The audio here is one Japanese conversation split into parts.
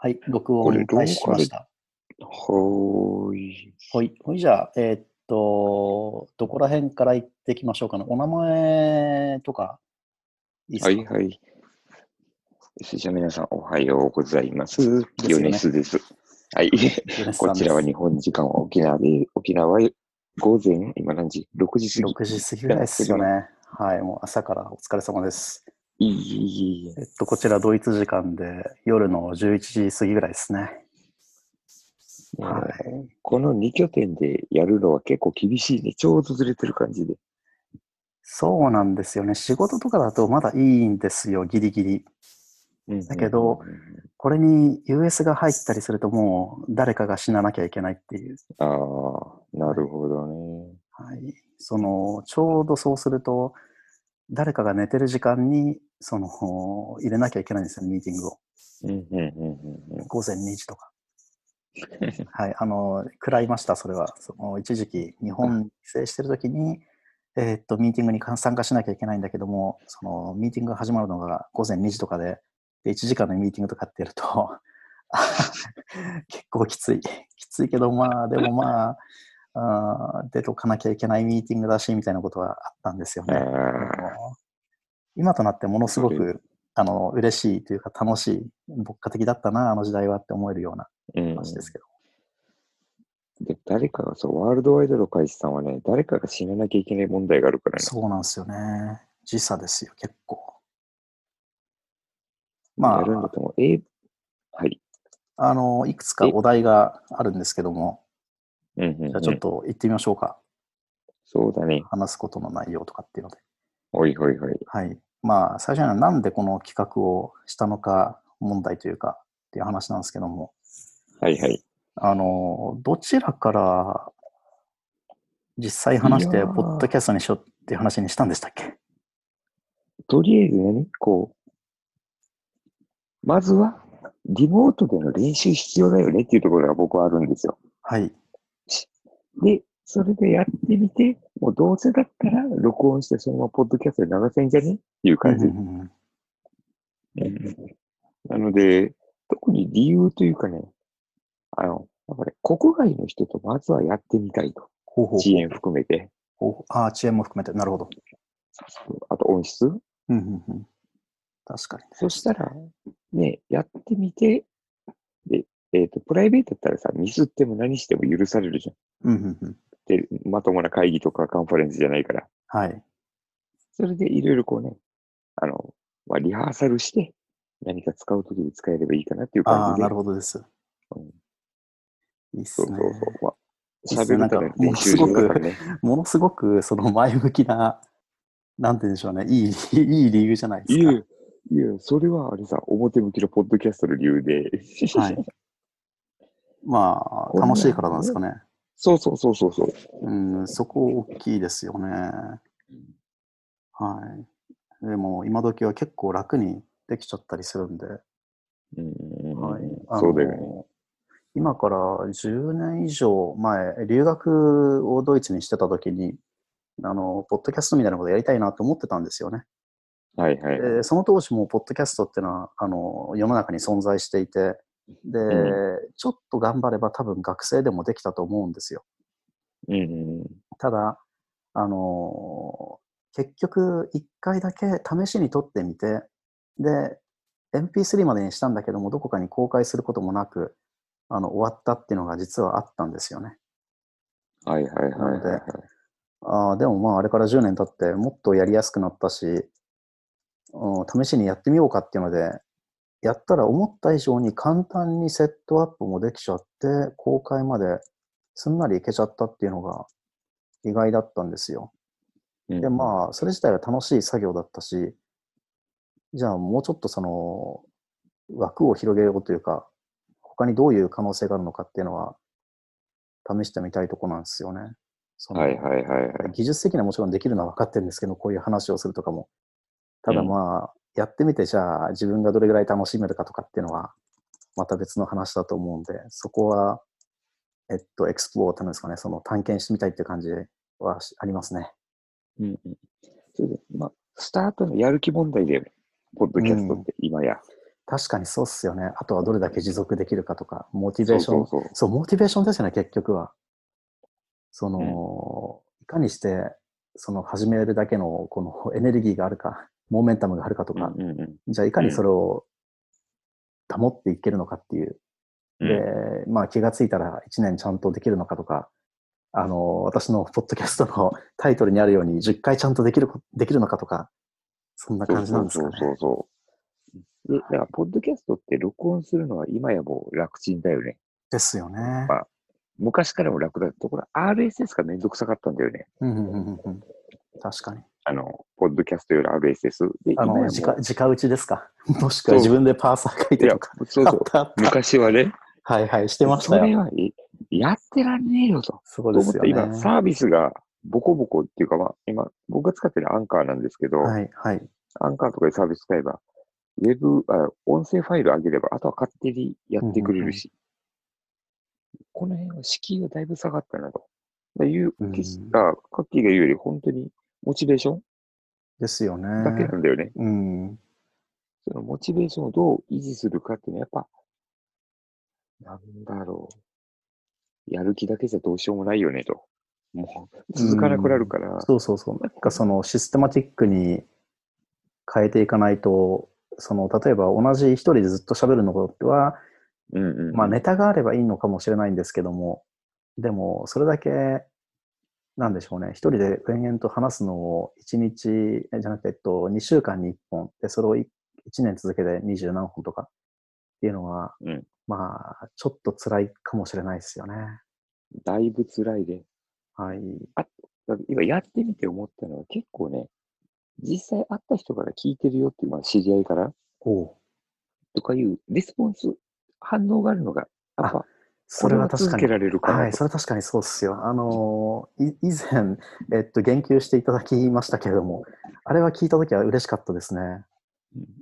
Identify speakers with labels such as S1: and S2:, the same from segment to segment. S1: はい、録
S2: こ
S1: 音
S2: れ
S1: 開始しました。
S2: はーい。
S1: はい。ほいじゃあ、えーっと、どこら辺から行ってきましょうかね。お名前とか、いいです
S2: は
S1: か
S2: いはい。それじゃあ皆さんおはようございます。
S1: すよ
S2: 清
S1: ね
S2: ネスです。はい。
S1: 米津さん
S2: こ
S1: です
S2: ちらは日本時間は沖縄で、沖縄は午前、今何時 ?6 時過
S1: 6時過ぎぐらいですよね。はい。もう朝からお疲れ様です。
S2: ぎ。いいいいいい
S1: えっと、こちらドイツ時間で夜の11時過ぎぐらいですね。は
S2: はいこの2拠点でやるのは結構厳しいね。ちょうどずれてる感じで。
S1: そうなんですよね。仕事とかだとまだいいんですよ、ギリギリ。
S2: うん
S1: だけど、これに US が入ったりするともう誰かが死ななきゃいけないっていう。
S2: ああ、なるほどね。
S1: はい、そのちょうどそうすると誰かが寝てる時間にその入れなきゃいけないんですよねミーティングを
S2: うんうんうんうんうん
S1: 午前2時とかはいあの食らいましたそれはその一時期日本に帰省してる時に、えーっとミーティングに参加しなきゃいけないんだけどもそのミーティングが始まるのが午前2時とかでで1時間のミーティングとかってやると 結構きついきついけどまあでもまああー出とかなきゃいけないミーティングだしみたいなことはあったんですよね。
S2: あ
S1: 今となってものすご
S2: そ
S1: くあの嬉しいというか楽しい、牧歌的だったな、あの時代はって思えるような
S2: ーうん
S1: 話ですけど。
S2: で誰かがそう、ワールドワイドの会社さんはね、誰かが死ななきゃいけない問題があるからね。
S1: そうなんですよね。時差ですよ、結構。ま
S2: やるんだ
S1: あ、
S2: と思う。えはい。
S1: あの、いくつかお題があるんですけども、
S2: うんうんうん
S1: じゃあちょっと行ってみましょうか。
S2: そうだね。
S1: 話すことの内容とかっていうので。
S2: おいおいおい。
S1: はい。まあ、最初にはなんでこの企画をしたのか問題というか、っていう話なんですけども、
S2: はいはい。
S1: あの、どちらから実際話し
S2: い
S1: て、
S2: やー
S1: ポッドキャストにしようっていう話にしたんでしたっけ
S2: とりあえずね、こう、まずは、リモートでの練習必要だよねっていうところが僕はあるんですよ。
S1: はい。
S2: で、それでやってみて、もうどうせだったら録音してそのままポッドキャストで流せんじゃねっていう感じ。
S1: うんうんうん
S2: なので、特に理由というかね、あの、やっぱり国外の人とまずはやってみたいと。
S1: ほうほう
S2: 遅延含めて。
S1: ほうほうああ、遅延も含めて、なるほど。
S2: あと音質
S1: うんうんうん、確かに。
S2: そしたら、ね、やってみて、で、えっ、と、プライベートだったらさ、ミスっても何しても許されるじゃ
S1: う
S2: ん。
S1: んうんうん、
S2: で、まともな会議とかカンファレンスじゃないから。
S1: はい。
S2: それでいろいろこうね、あの、まあ、リハーサルして、何か使うときに使えればいいかなっていう
S1: あ
S2: 感
S1: あ、
S2: じで。
S1: なるほどです。
S2: うん
S1: いいっす
S2: そう
S1: ね
S2: そう。そう。まあ、
S1: いいっすね
S2: 喋るための練習場だからね。
S1: ものすごく、その前向きな、なんて言うんでしょうね、いい、いい理由じゃないで
S2: い
S1: す
S2: や
S1: か。
S2: いや、それはあれさ、表向きのポッドキャストの理由で。
S1: はいまあ、
S2: こんな
S1: 楽しいからなんですかね。
S2: そうそうそうそうそう。
S1: うん、そこ大きいですよね。はい。でも、今時は結構楽にできちゃったりするんで、
S2: うんうんうん
S1: はい
S2: そうだよ
S1: あ
S2: ね。
S1: の今から10年以上前、留学をドイツにしてた時に、あの、ポッドキャストみたいなことやりたいなと思ってたんですよね。
S2: はいはい。
S1: でその当時も、ポッドキャストっていうのは、あの、世の中に存在していて、で、
S2: う
S1: ちょっと頑張れば多分学生でもできたと思うんですよ。
S2: うんうんうん
S1: ただ、あの結局、一回だけ試しに撮ってみて、で、MP3 までにしたんだけども、どこかに公開することもなく、あの、終わったっていうのが実はあったんですよね。
S2: はいはいはいはいはい。
S1: ああ、でもまあ、あれから10年経って、もっとやりやすくなったし、うん、試しにやってみようかっていうので、やったら思った以上に簡単にセットアップもできちゃって、公開まですんなりいけちゃったっていうのが意外だったんですよ。
S2: うん
S1: で、まあ、それ自体は楽しい作業だったし、じゃあもうちょっとその、枠を広げようというか、他にどういう可能性があるのかっていうのは、試してみたいとこなんですよね。その
S2: はいはいはいはい。
S1: 技術的にはもちろんできるのは分かってるんですけど、こういう話をするとかも。ただ
S2: うん
S1: まあ、やってみて、じゃあ自分がどれぐらい楽しめるかとかっていうのは、また別の話だと思うんで、そこは、えっと、エクスプローっていうんですかね、その探検してみたいっていう感じはしありますね。
S2: うんうんそれで、まあ、スタートのやる気問題だよね。ポッドキャストって今や。
S1: 確かにそうっすよね。あとはどれだけ持続できるかとか、モチベーション。そう
S2: そうそう
S1: モチベーションですよね、結局は。その、いかにして、その始めるだけのこの エネルギーがあるか、モーメンタムがあるかとか、
S2: うんうんうん
S1: じゃあいかにそれを保っていけるのかっていう。
S2: うん
S1: で、まあ気がついたら1年ちゃんとできるのかとか、あの、私のポッドキャストのタイトルにあるように10回ちゃんとできるこ、できるのかとか、そんな感じなんですかね。
S2: そうそうそうそう。で、だから、ポッドキャストって録音するのは今やもう楽ちんだよね。
S1: ですよね。
S2: あ昔からも楽だったところ、RSS がめんどくさかったんだよね。
S1: うんうんうんうん。確かに。
S2: あの、ポッドキャストより RSS。で、
S1: あ
S2: 今やも
S1: の、
S2: う
S1: じか直打ちです かもしく
S2: そ
S1: は
S2: う
S1: 自分でパーサー書い
S2: い
S1: て
S2: や
S1: とか。、
S2: そう
S1: あ
S2: そ
S1: っ
S2: う。
S1: たあった。
S2: 昔はね、
S1: はいはい、してまし
S2: そ
S1: た
S2: れ
S1: よ。
S2: はえやってらんねえよと。
S1: そう
S2: と
S1: で
S2: 思っ
S1: すよ
S2: て、
S1: ね。
S2: 今、サービスがボコボコっていうか、まあ、今、僕が使ってるアンカーなんですけど、
S1: はいはい。
S2: アンカーとかでサービス使えば、ウェブ、あ音声ファイル上げれば、あとは勝手にやってくれるし、この辺は敷居がだいぶ下がったなと。だいう、
S1: うん
S2: 岸が、カッキーが言うより、本当にモチベーション
S1: ですよね。
S2: だけなんだよね。
S1: うん。
S2: そのモチベーションをどう維持するかっていうのは、やっぱ、なんだろう。やる気だけじゃどうしようもないよねと。もう、続かなくなるから。
S1: そうそうそう。なんかそのシステマティックに変えていかないと、その例えば同じ一人でずっと喋るのは、
S2: うんうん。
S1: まあネタがあればいいのかもしれないんですけども、でもそれだけ、なんでしょうね、一人で延々と話すのを1日、えじゃなくて、えっと、2週間に1本、で、それを1年続けて20何本とかっていうのは、
S2: うん
S1: まあ、ちょっと辛いかもしれないですよね。
S2: だいぶ辛いで。
S1: はい。
S2: だから今やってみて思ったのは結構ね、実際会った人から聞いてるよっていう、まあ知り合いから
S1: お
S2: とかいうレスポンス、反応があるのが、やっぱ、
S1: それは確か
S2: こ
S1: に
S2: れは続け。られるか
S1: は
S2: ら
S1: い、それは確かにそうっすよ。あのーい以前、えっと、言及していただきましたけれども、あれは聞いたときは嬉しかったですね。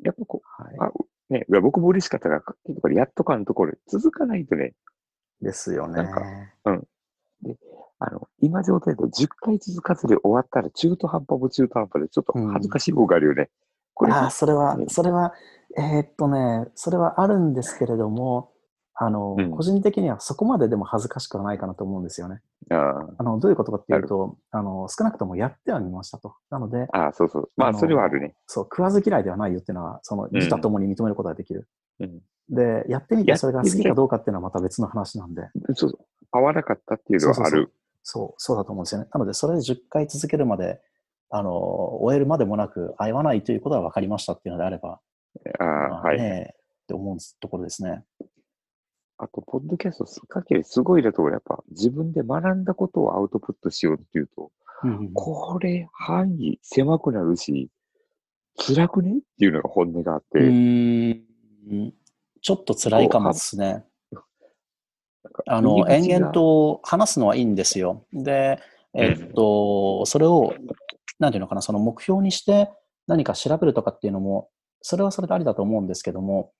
S2: やっぱこ
S1: はい。
S2: う、ね、いや僕も嬉しかったから、結構これやっとかんところ、続かないとね、
S1: ですよね。
S2: なんかあの、今状態だと10回続かずで終わったら中途半端も中途半端で、ちょっと恥ずかしい方があるよね。これ、
S1: ああ、それは
S2: う、ん
S1: それは、えーっとね、それはあるんですけれども、あの、
S2: うん
S1: 個人的にはそこまででも恥ずかしくはないかなと思うんですよね。
S2: あ
S1: あの、どういうことかっていうと、あの、少なくともやってはみましたと。なので、
S2: あああ、そうそう。ま
S1: あ
S2: あ、
S1: の
S2: それはあるね。
S1: そう、食わず嫌いではないよっていうのは、その、
S2: うん
S1: 自他ともに認めることができる。
S2: うん。
S1: で、やってみて
S2: やっ
S1: それが好きかどうかっていうのはまた別の話なんで。
S2: そうそう。合わなかったっていうのはある。
S1: そう、そうだと思うんですよね。なので、それで10回続けるまで、あの、終えるまでもなく、合わないということは分かりましたっていうのであれば、
S2: ああ、
S1: まあ
S2: はい。
S1: ねえって思うところですね。
S2: あと、ポッドキャストすかけりすごいだと、やっぱ自分で学んだことをアウトプットしようっていうと、これ範囲狭くなるし、辛くねっていうのが本音があって、
S1: うーん、ちょっと辛いかもですね。あの、
S2: 入り
S1: 延
S2: 口が
S1: 々と話すのはいいんですよ。で、えっと、それを、なんていうのかな、その目標にして何か調べるとかっていうのも、それはそれでありだと思うんですけども、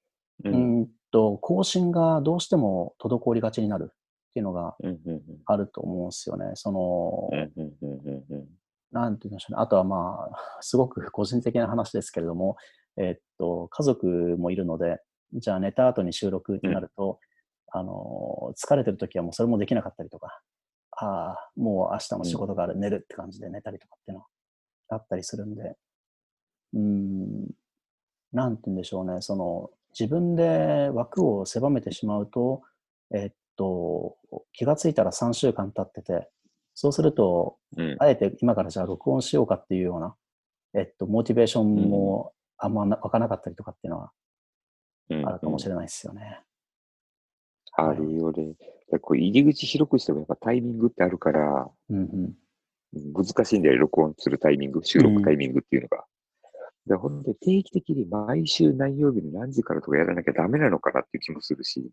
S2: う、
S1: うんーんと、更新がどうしても滞りがちになるっていうのが
S2: うん、うん、
S1: あると思うんですよね。その、
S2: うん、うん、うん、うん、
S1: なんて言うんでしょうね。あとはまあ、 すごく個人的な話ですけれども、えっと、家族もいるので、じゃあ寝た後に収録ってなると、あの、疲れてる時はもうそれもできなかったりとか、ああ、もう明日の仕事がある、寝るって感じで寝たりとかっていうのはあったりするんで、うーん、なんて言うんでしょうね。その、自分で枠を狭めてしまうと、えっと、気がついたら3週間経ってて、そうすると、
S2: うん。
S1: あえて今からじゃあ録音しようかっていうような、えっと、モチベーションもあんまな湧かなかったりとかっていうのは
S2: うん
S1: あるかもしれないですよね。
S2: あるよね。でこう入り口広くしてもやっぱタイミングってあるから、
S1: うんうん。
S2: 難しいんだよ、録音するタイミング、収録タイミングっていうのが。で本当に定期的に毎週何曜日の何時からとかやらなきゃダメなのかなっていう気もするし、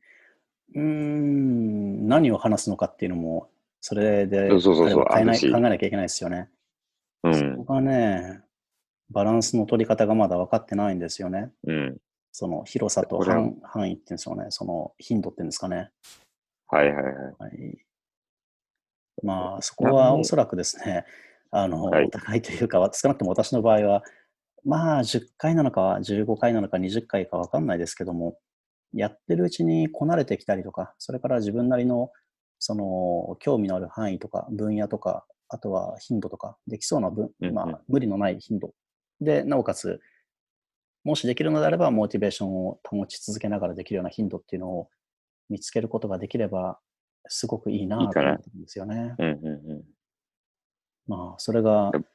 S1: うーん、何を話すのかっていうのも、それで
S2: そうそうそうそう
S1: 変えな
S2: あ
S1: い
S2: るし
S1: 考えなきゃいけないですよね。
S2: う
S1: そ
S2: ん
S1: こ、がね、バランスの取り方がまだ分かってないんですよね。
S2: うん。
S1: その広さと
S2: これは
S1: 範範囲っていうんですよね。その頻度っていうんですかね。
S2: はいはいはい。
S1: はい、まあ、そこ
S2: なるほ
S1: は
S2: ど
S1: おそらくですね、あの、
S2: はい
S1: お互いというか、わ少なくとも私の場合は、まあ、10回なのか、15回なのか、20回か分かんないですけども、やってるうちにこなれてきたりとか、それから自分なりの、その、興味のある範囲とか、分野とか、あとは頻度とか、できそうな分、
S2: うんうん
S1: まあ、無理のない頻度。で、なおかつ、もしできるのであれば、モチベーションを保ち続けながらできるような頻度っていうのを見つけることができれば、すごくいいない
S2: い
S1: と
S2: かな
S1: 思ってるんですよね。
S2: うんうんうん。
S1: まあ、それが
S2: でも、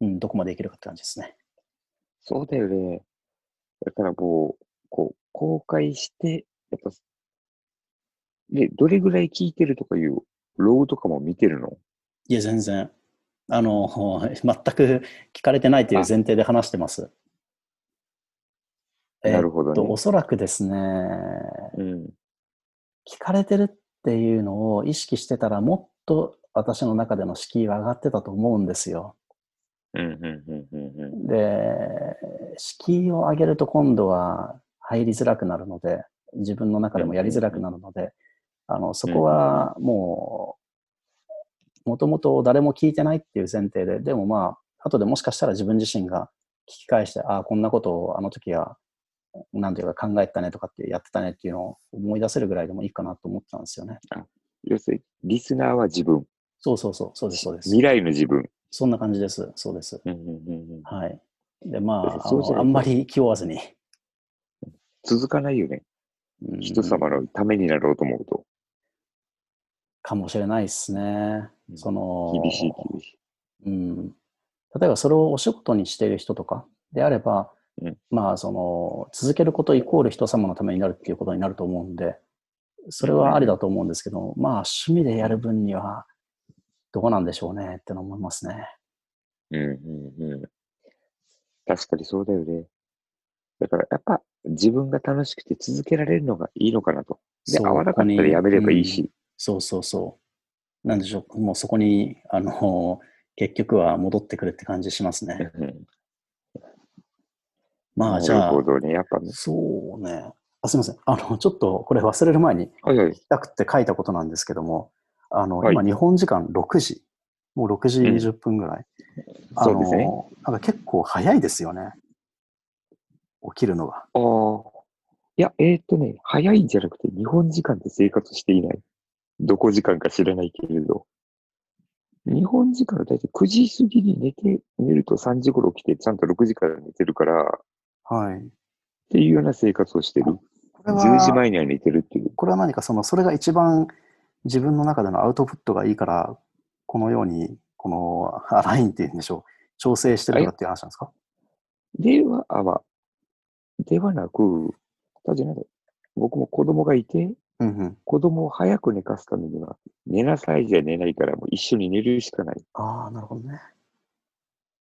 S1: うん、どこまでいけるかって感じですね。
S2: そうだよね。だからもう、こう、公開して、やっぱ、で、どれぐらい聞いてるとかいう、ログとかも見てるの
S1: いや、全然。あの、 全く聞かれてないという前提で話してます。
S2: なる
S1: ほ
S2: ほど
S1: お
S2: ね。
S1: そらくですね、
S2: うん。
S1: 聞かれてるっていうのを意識してたら、もっと私の中での敷居は上がってたと思うんですよ。
S2: うん、うん、うん、うん、うん。
S1: で、敷居を上げると今度は入りづらくなるので、自分の中でもやりづらくなるので、あの、そこはもう、もともと誰も聞いてないっていう前提で、でもまあ、後でもしかしたら自分自身が聞き返して、ああ、こんなことをあの時は、なんていうか考えてたねとかってやってたねっていうのを思い出せるぐらいでもいいかなと思ったんですよね。
S2: 要するに、リスナーは自分。
S1: そうそうそう、そうです、そうです
S2: 未。来の自分。
S1: そんな感じです。そうです。
S2: うん、うん、うんうん。
S1: はい。で、まあ、あ
S2: そうじゃ
S1: の
S2: な
S1: あ
S2: い
S1: んまり気負わずに。
S2: 続かないよね。
S1: うん
S2: 人様のためになろうと思うと。
S1: かもしれないですね
S2: う。ん
S1: その、
S2: 厳しい、厳しい。
S1: うん。例えばそれをお仕事にしている人とかであれば、
S2: うん
S1: まあ、その、続けることイコール人様のためになるっていうことになると思うんで、それはありだと思うんですけど、まあ、趣味でやる分には、どうなんでしょうねっての思いますね。
S2: うん、うん、うん。確かにそうだよね。だから、やっぱ、自分が楽しくて続けられるのがいいのかなと。で、
S1: そう
S2: 合わなかったらやめればい
S1: ここにう
S2: い。
S1: ん
S2: し。
S1: そうそうそう。なんでしょう、もうそこに、あの、結局は戻ってくるって感じしますね。
S2: うんうん
S1: まあ、じゃ
S2: な
S1: あ
S2: るほ、どね。やっぱね。
S1: そうね。あすみません。あの、ちょ っとこれ忘れる前に、
S2: はいはい。
S1: 聞きたくって書いたことなんですけども、あの、
S2: はい
S1: 今、日本時間6時、もう6時
S2: うん
S1: 20分ぐらい。あ
S2: そうですね。
S1: の、なんか結構早いですよね。起きるのが。
S2: ああ。いや、えーっとね、早いんじゃなくて、日本時間で生活していない。どこ時間か知らないけれど。日本時間の大体9時過ぎに寝て、寝ると3時頃起きて、ちゃんと6時から寝てるから、っ
S1: はい。
S2: ていうような生活をしてる。
S1: これは、
S2: 10時前には寝てるっていう。
S1: これは何かその、それが一番自分の中でのアウトプットがいいから、このように、このあラインっていうんでしょう。調整してるとかっていう話なんですか
S2: では、あ、まあ、ではなく、ただじゃない。僕も子供がいて、
S1: うんうん。
S2: 子供を早く寝かすためには、寝なさいじゃ寝ないから、もう一緒に寝るしかない。
S1: ああ、なるほどね。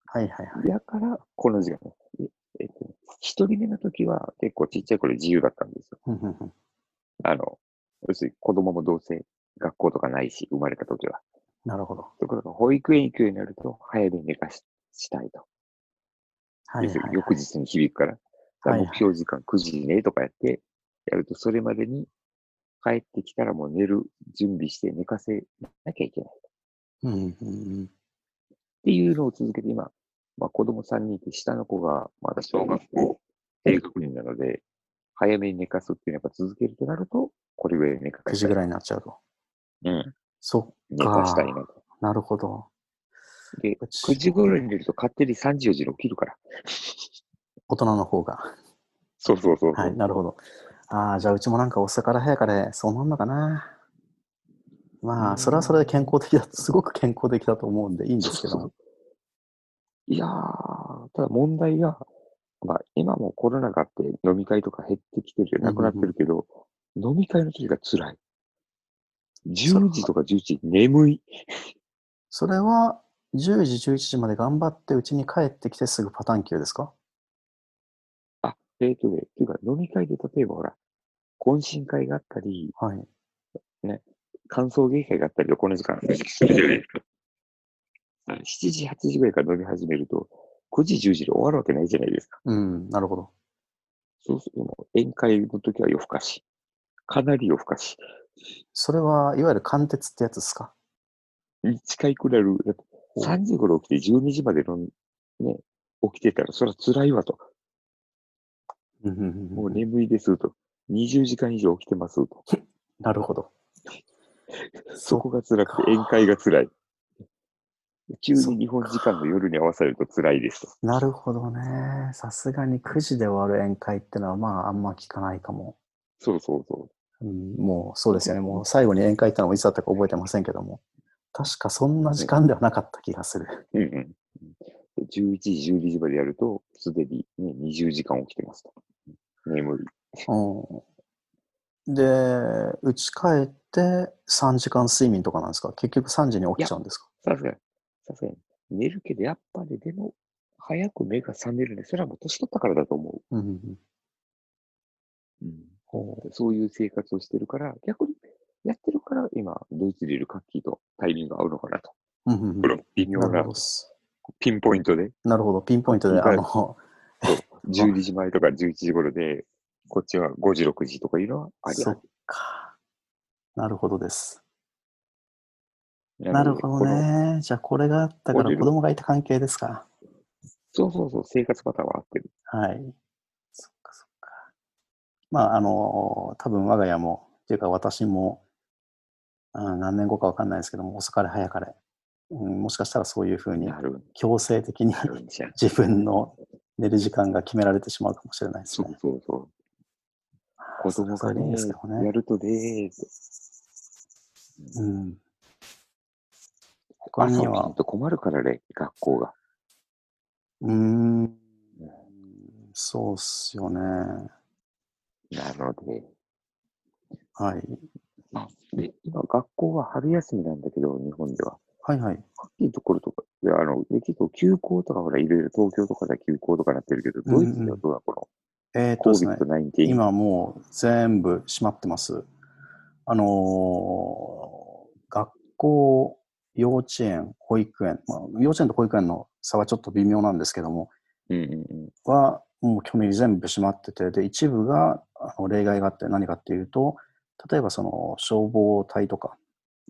S1: はいはいはい。
S2: だから、この時間。ええっとね、一人目の時は結構ちっちゃい頃自由だったんですよ。
S1: うんうんうん
S2: あの、要するに子供もどうせ学校とかないし、生まれた時は。
S1: なるほど。
S2: ところが、保育園行くようになると、早めに寝かししたいと。
S1: はい
S2: 要す
S1: は
S2: るに
S1: い。
S2: 翌日に響くから。だから
S1: はいはい
S2: 目標時間9時にねとかやって、やると、それまでに帰ってきたらもう寝る準備して寝かせなきゃいけない。
S1: うんうんうん
S2: っていうのを続けて今、まあ、子供3人いて、下の子がまだ小学校低学年なので、早めに寝かすっていうのはやっぱ続けるとなると、これぐらい寝か
S1: 9
S2: し
S1: 時
S2: たい。
S1: ぐらいになっちゃうと。
S2: うん。
S1: そっ
S2: 寝
S1: か
S2: かしたいなと。
S1: なるほど。
S2: で、
S1: うち
S2: 9時頃に寝ると勝手に3時4時に起きるから。
S1: 大人の方が。
S2: そうそうそう。
S1: はい、なるほど。ああ、じゃあうちもなんか遅から早かで、そうなんのかな。ま
S2: う
S1: あ、
S2: ん
S1: それはそれで健康的だ、すごく健康的だと思うんでいいんですけど
S2: そう
S1: も。
S2: いやー、ただ問題が、まあ今もコロナがあって飲み会とか減ってきてる、なくなってるけど、飲み会の時が辛い。10時とか11時、眠い。
S1: それは、10時、11時まで頑張ってうちに帰ってきてすぐパターン級ですか
S2: あ、えっとね、っていうか飲み会で例えばほら、懇親会があったり、
S1: はい。
S2: 歓送迎会があったりと、この時間、あの7時、8時ぐらいから飲み始めると、9時、10時で終わるわけないじゃないですか。
S1: うん、なるほど。
S2: そうするともう、宴会の時は夜更かし。かなり夜更かし。
S1: それは、いわゆる貫徹ってやつですか
S2: に近いくらいある、やっぱ
S1: ほう
S2: 3時頃起きて12時まで飲ん、ね、起きてたら、それは辛いわと。
S1: うんうんうん
S2: もう眠いですと。20時間以上起きてますと。
S1: なるほど。
S2: そこが辛くて、宴会が辛い。急に日本時間の夜に合わされると辛いですと。
S1: なるほどね。さすがに9時で終わる宴会ってのは、まあ、あんま聞かないかも。
S2: そうそうそう。
S1: うん、もう、そうですよね。もう、最後に宴会行ったのもいつだったか覚えてませんけども。確かそんな時間ではなかった気がする。
S2: うんうん。11時、12時までやると、すでに、ね、20時間起きてますと。眠い。
S1: うん、で、家帰って3時間睡眠とかなんですか結局3時に起きちゃうんですか
S2: さすがに、さすがに。寝るけど、やっぱりでも、早く目が覚めるね。それはもう年取ったからだと思
S1: うんうんうん
S2: う。そういう生活をしてるから、逆に、やってるから、今、ドイツでいるカッキーとタイミングが合うのかなと。
S1: うんうんうん
S2: これも微妙
S1: なる
S2: な
S1: ほどっす
S2: ピンポイントで、
S1: なるほど、ピンポイントで、
S2: ピンポ
S1: あ
S2: イント
S1: の、
S2: 12時前とか11時頃で、こっちは5時、6時とかいうのはあり
S1: そ
S2: ゃ
S1: っか。なるほどです。なるほど。
S2: なのでこの
S1: ね。じゃあ、これがあったか
S2: こ
S1: ら
S2: れ
S1: 子供がいた関係ですか。
S2: そうそうそう、生活パターンは合ってる。
S1: はい。そっかそっか。まあ、あの、多分我が家も、っていうか私も、うん、何年後かわかんないですけども、遅かれ早かれ、うん、もしかしたらそういうふうに
S2: なる
S1: 強制的に
S2: なるんじゃん。
S1: 自分の寝る時間が決められてしまうかもしれないです
S2: そ
S1: ね
S2: う。そうそう。子供
S1: そ
S2: が
S1: れはいい
S2: ね、
S1: ですけどね
S2: やるとね、
S1: うん。他
S2: 朝
S1: に
S2: 起きな、
S1: はい
S2: と困るからね、学校が。
S1: うーん、そうっすよね。
S2: なので、
S1: はい。
S2: あで今、学校は春休みなんだけど、日本では。
S1: はいはい。
S2: 大きいところとか、いやあので結構休校とか、ほら、いろいろ東京とかでは休校とかなってるけど、ドイツではどうだ、この
S1: えーっとですね、
S2: COVID-19。
S1: 今もう全部閉まってます。あのー学校、幼稚園、保育園、まあ、幼稚園と保育園の差はちょっと微妙なんですけども、
S2: うんうんうん。
S1: はもう基本的に全部閉まってて、で、一部があの例外があって何かっていうと、例えばその消防隊とか、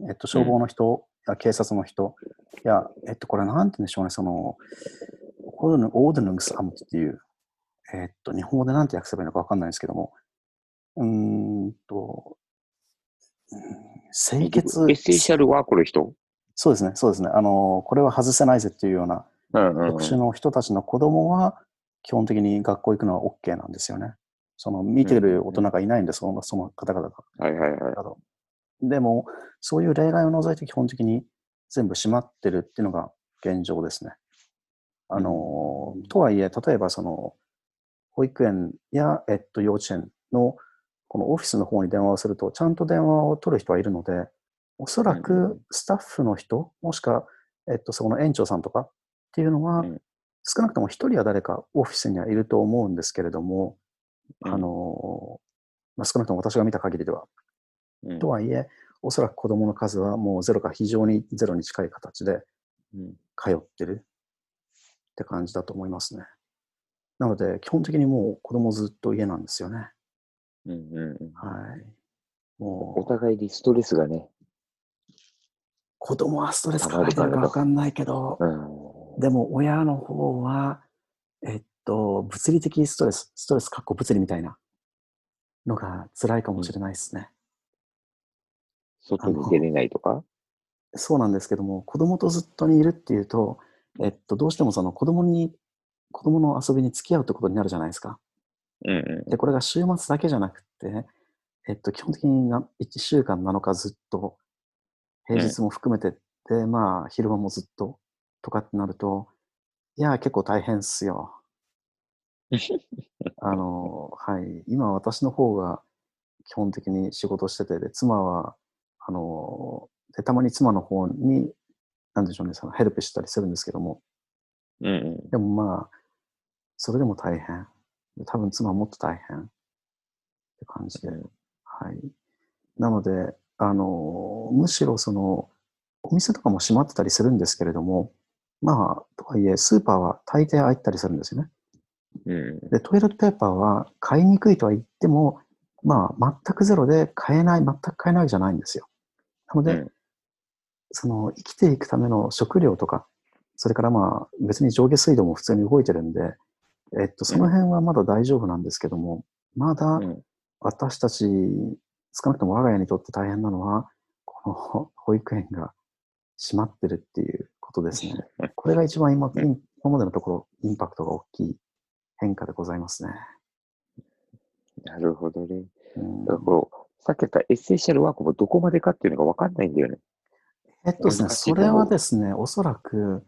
S1: えっと、消防の人、や警察の人、いや、えっと、これなんて言うんでしょうね、その、オーデヌオーデヌングスアムっていう、えっと、日本語でなんて訳せばいいのかわかんないんですけども、うーんと、うん清潔
S2: エッ、センシャルワークの人
S1: そうですね、そうですね、あの、これは外せないぜっていうような
S2: うんうんうん。
S1: 特殊の人たちの子供は、基本的に学校行くのは OK なんですよね。その見てる大人がいないんで、そのその方々が。
S2: はいはいはい。
S1: でも、そういう例外を除いて基本的に全部閉まってるっていうのが現状ですね。あの、とはいえ、例えばその、保育園や、えっと、幼稚園のこのオフィスの方に電話をすると、ちゃんと電話を取る人はいるので、おそら
S2: うんう
S1: くスタッフの人、もしくは、えっと、そこの園長さんとかっていうのは
S2: うん、
S1: 少なくとも一人は誰かオフィスにはいると思うんですけれども、
S2: うん
S1: あの、まあ、少なくとも私が見た限りでは、
S2: うん
S1: とはいえ、おそらく子供の数はもうゼロか非常にゼロに近い形で
S2: うん
S1: 通ってるって感じだと思いますね。なので、基本的にもう子供ずっと家なんですよね。
S2: うんうんうん
S1: はい。
S2: お
S1: もう、
S2: 互いにストレスがね、
S1: 子供はストレス抱えてるかわかんないけど、
S2: うん
S1: でも親の方は、えっと、物理的ストレス、ストレスかっこ物理みたいなのが辛いかもしれないですね。
S2: 外に出れないとか、
S1: そうなんですけども、子供とずっとにいるっていうと、えっと、どうしてもその子供に、子供の遊びに付き合うってことになるじゃないですか。
S2: うんう
S1: で、これが週末だけじゃなくって、えっと、基本的にな1週間7日ずっと、平日も含めてで、まあ、昼間もずっととかってなると、いやー、結構大変っすよ。あの、はい。今、私の方が基本的に仕事してて、で、妻は、あの、で、たまに妻の方に、なんでしょうね、そのヘルプしたりするんですけども、
S2: んうんうん
S1: でもまあ、それでも大変。多分妻はもっと大変。って感じで。
S2: うん
S1: はい。なので、あの、むしろその、お店とかも閉まってたりするんですけれども、まあ、とはいえ、スーパーは大抵開いてたりするんですよね。
S2: うん
S1: で、トイレットペーパーは買いにくいとは言っても、まあ、全くゼロで買えない、全く買えないわけじゃないんですよ。なので、
S2: うん
S1: その、生きていくための食料とか、それからまあ、別に上下水道も普通に動いてるんで、えっと、その辺はまだ大丈夫なんですけども、まだ
S2: うん
S1: 私たち、少なくとも我が家にとって大変なのは、この 保育園が閉まってるっていうことです ね。これが一番今、
S2: うん
S1: 今までのところ、インパクトが大きい変化でございますね。
S2: なるほどね。
S1: うん
S2: だからこう、さっき言ったエッセンシャルワークもどこまでかっていうのがわかんないんだよね。
S1: えっとですね、
S2: 難しい
S1: そ
S2: と思う
S1: れはですね、おそらく、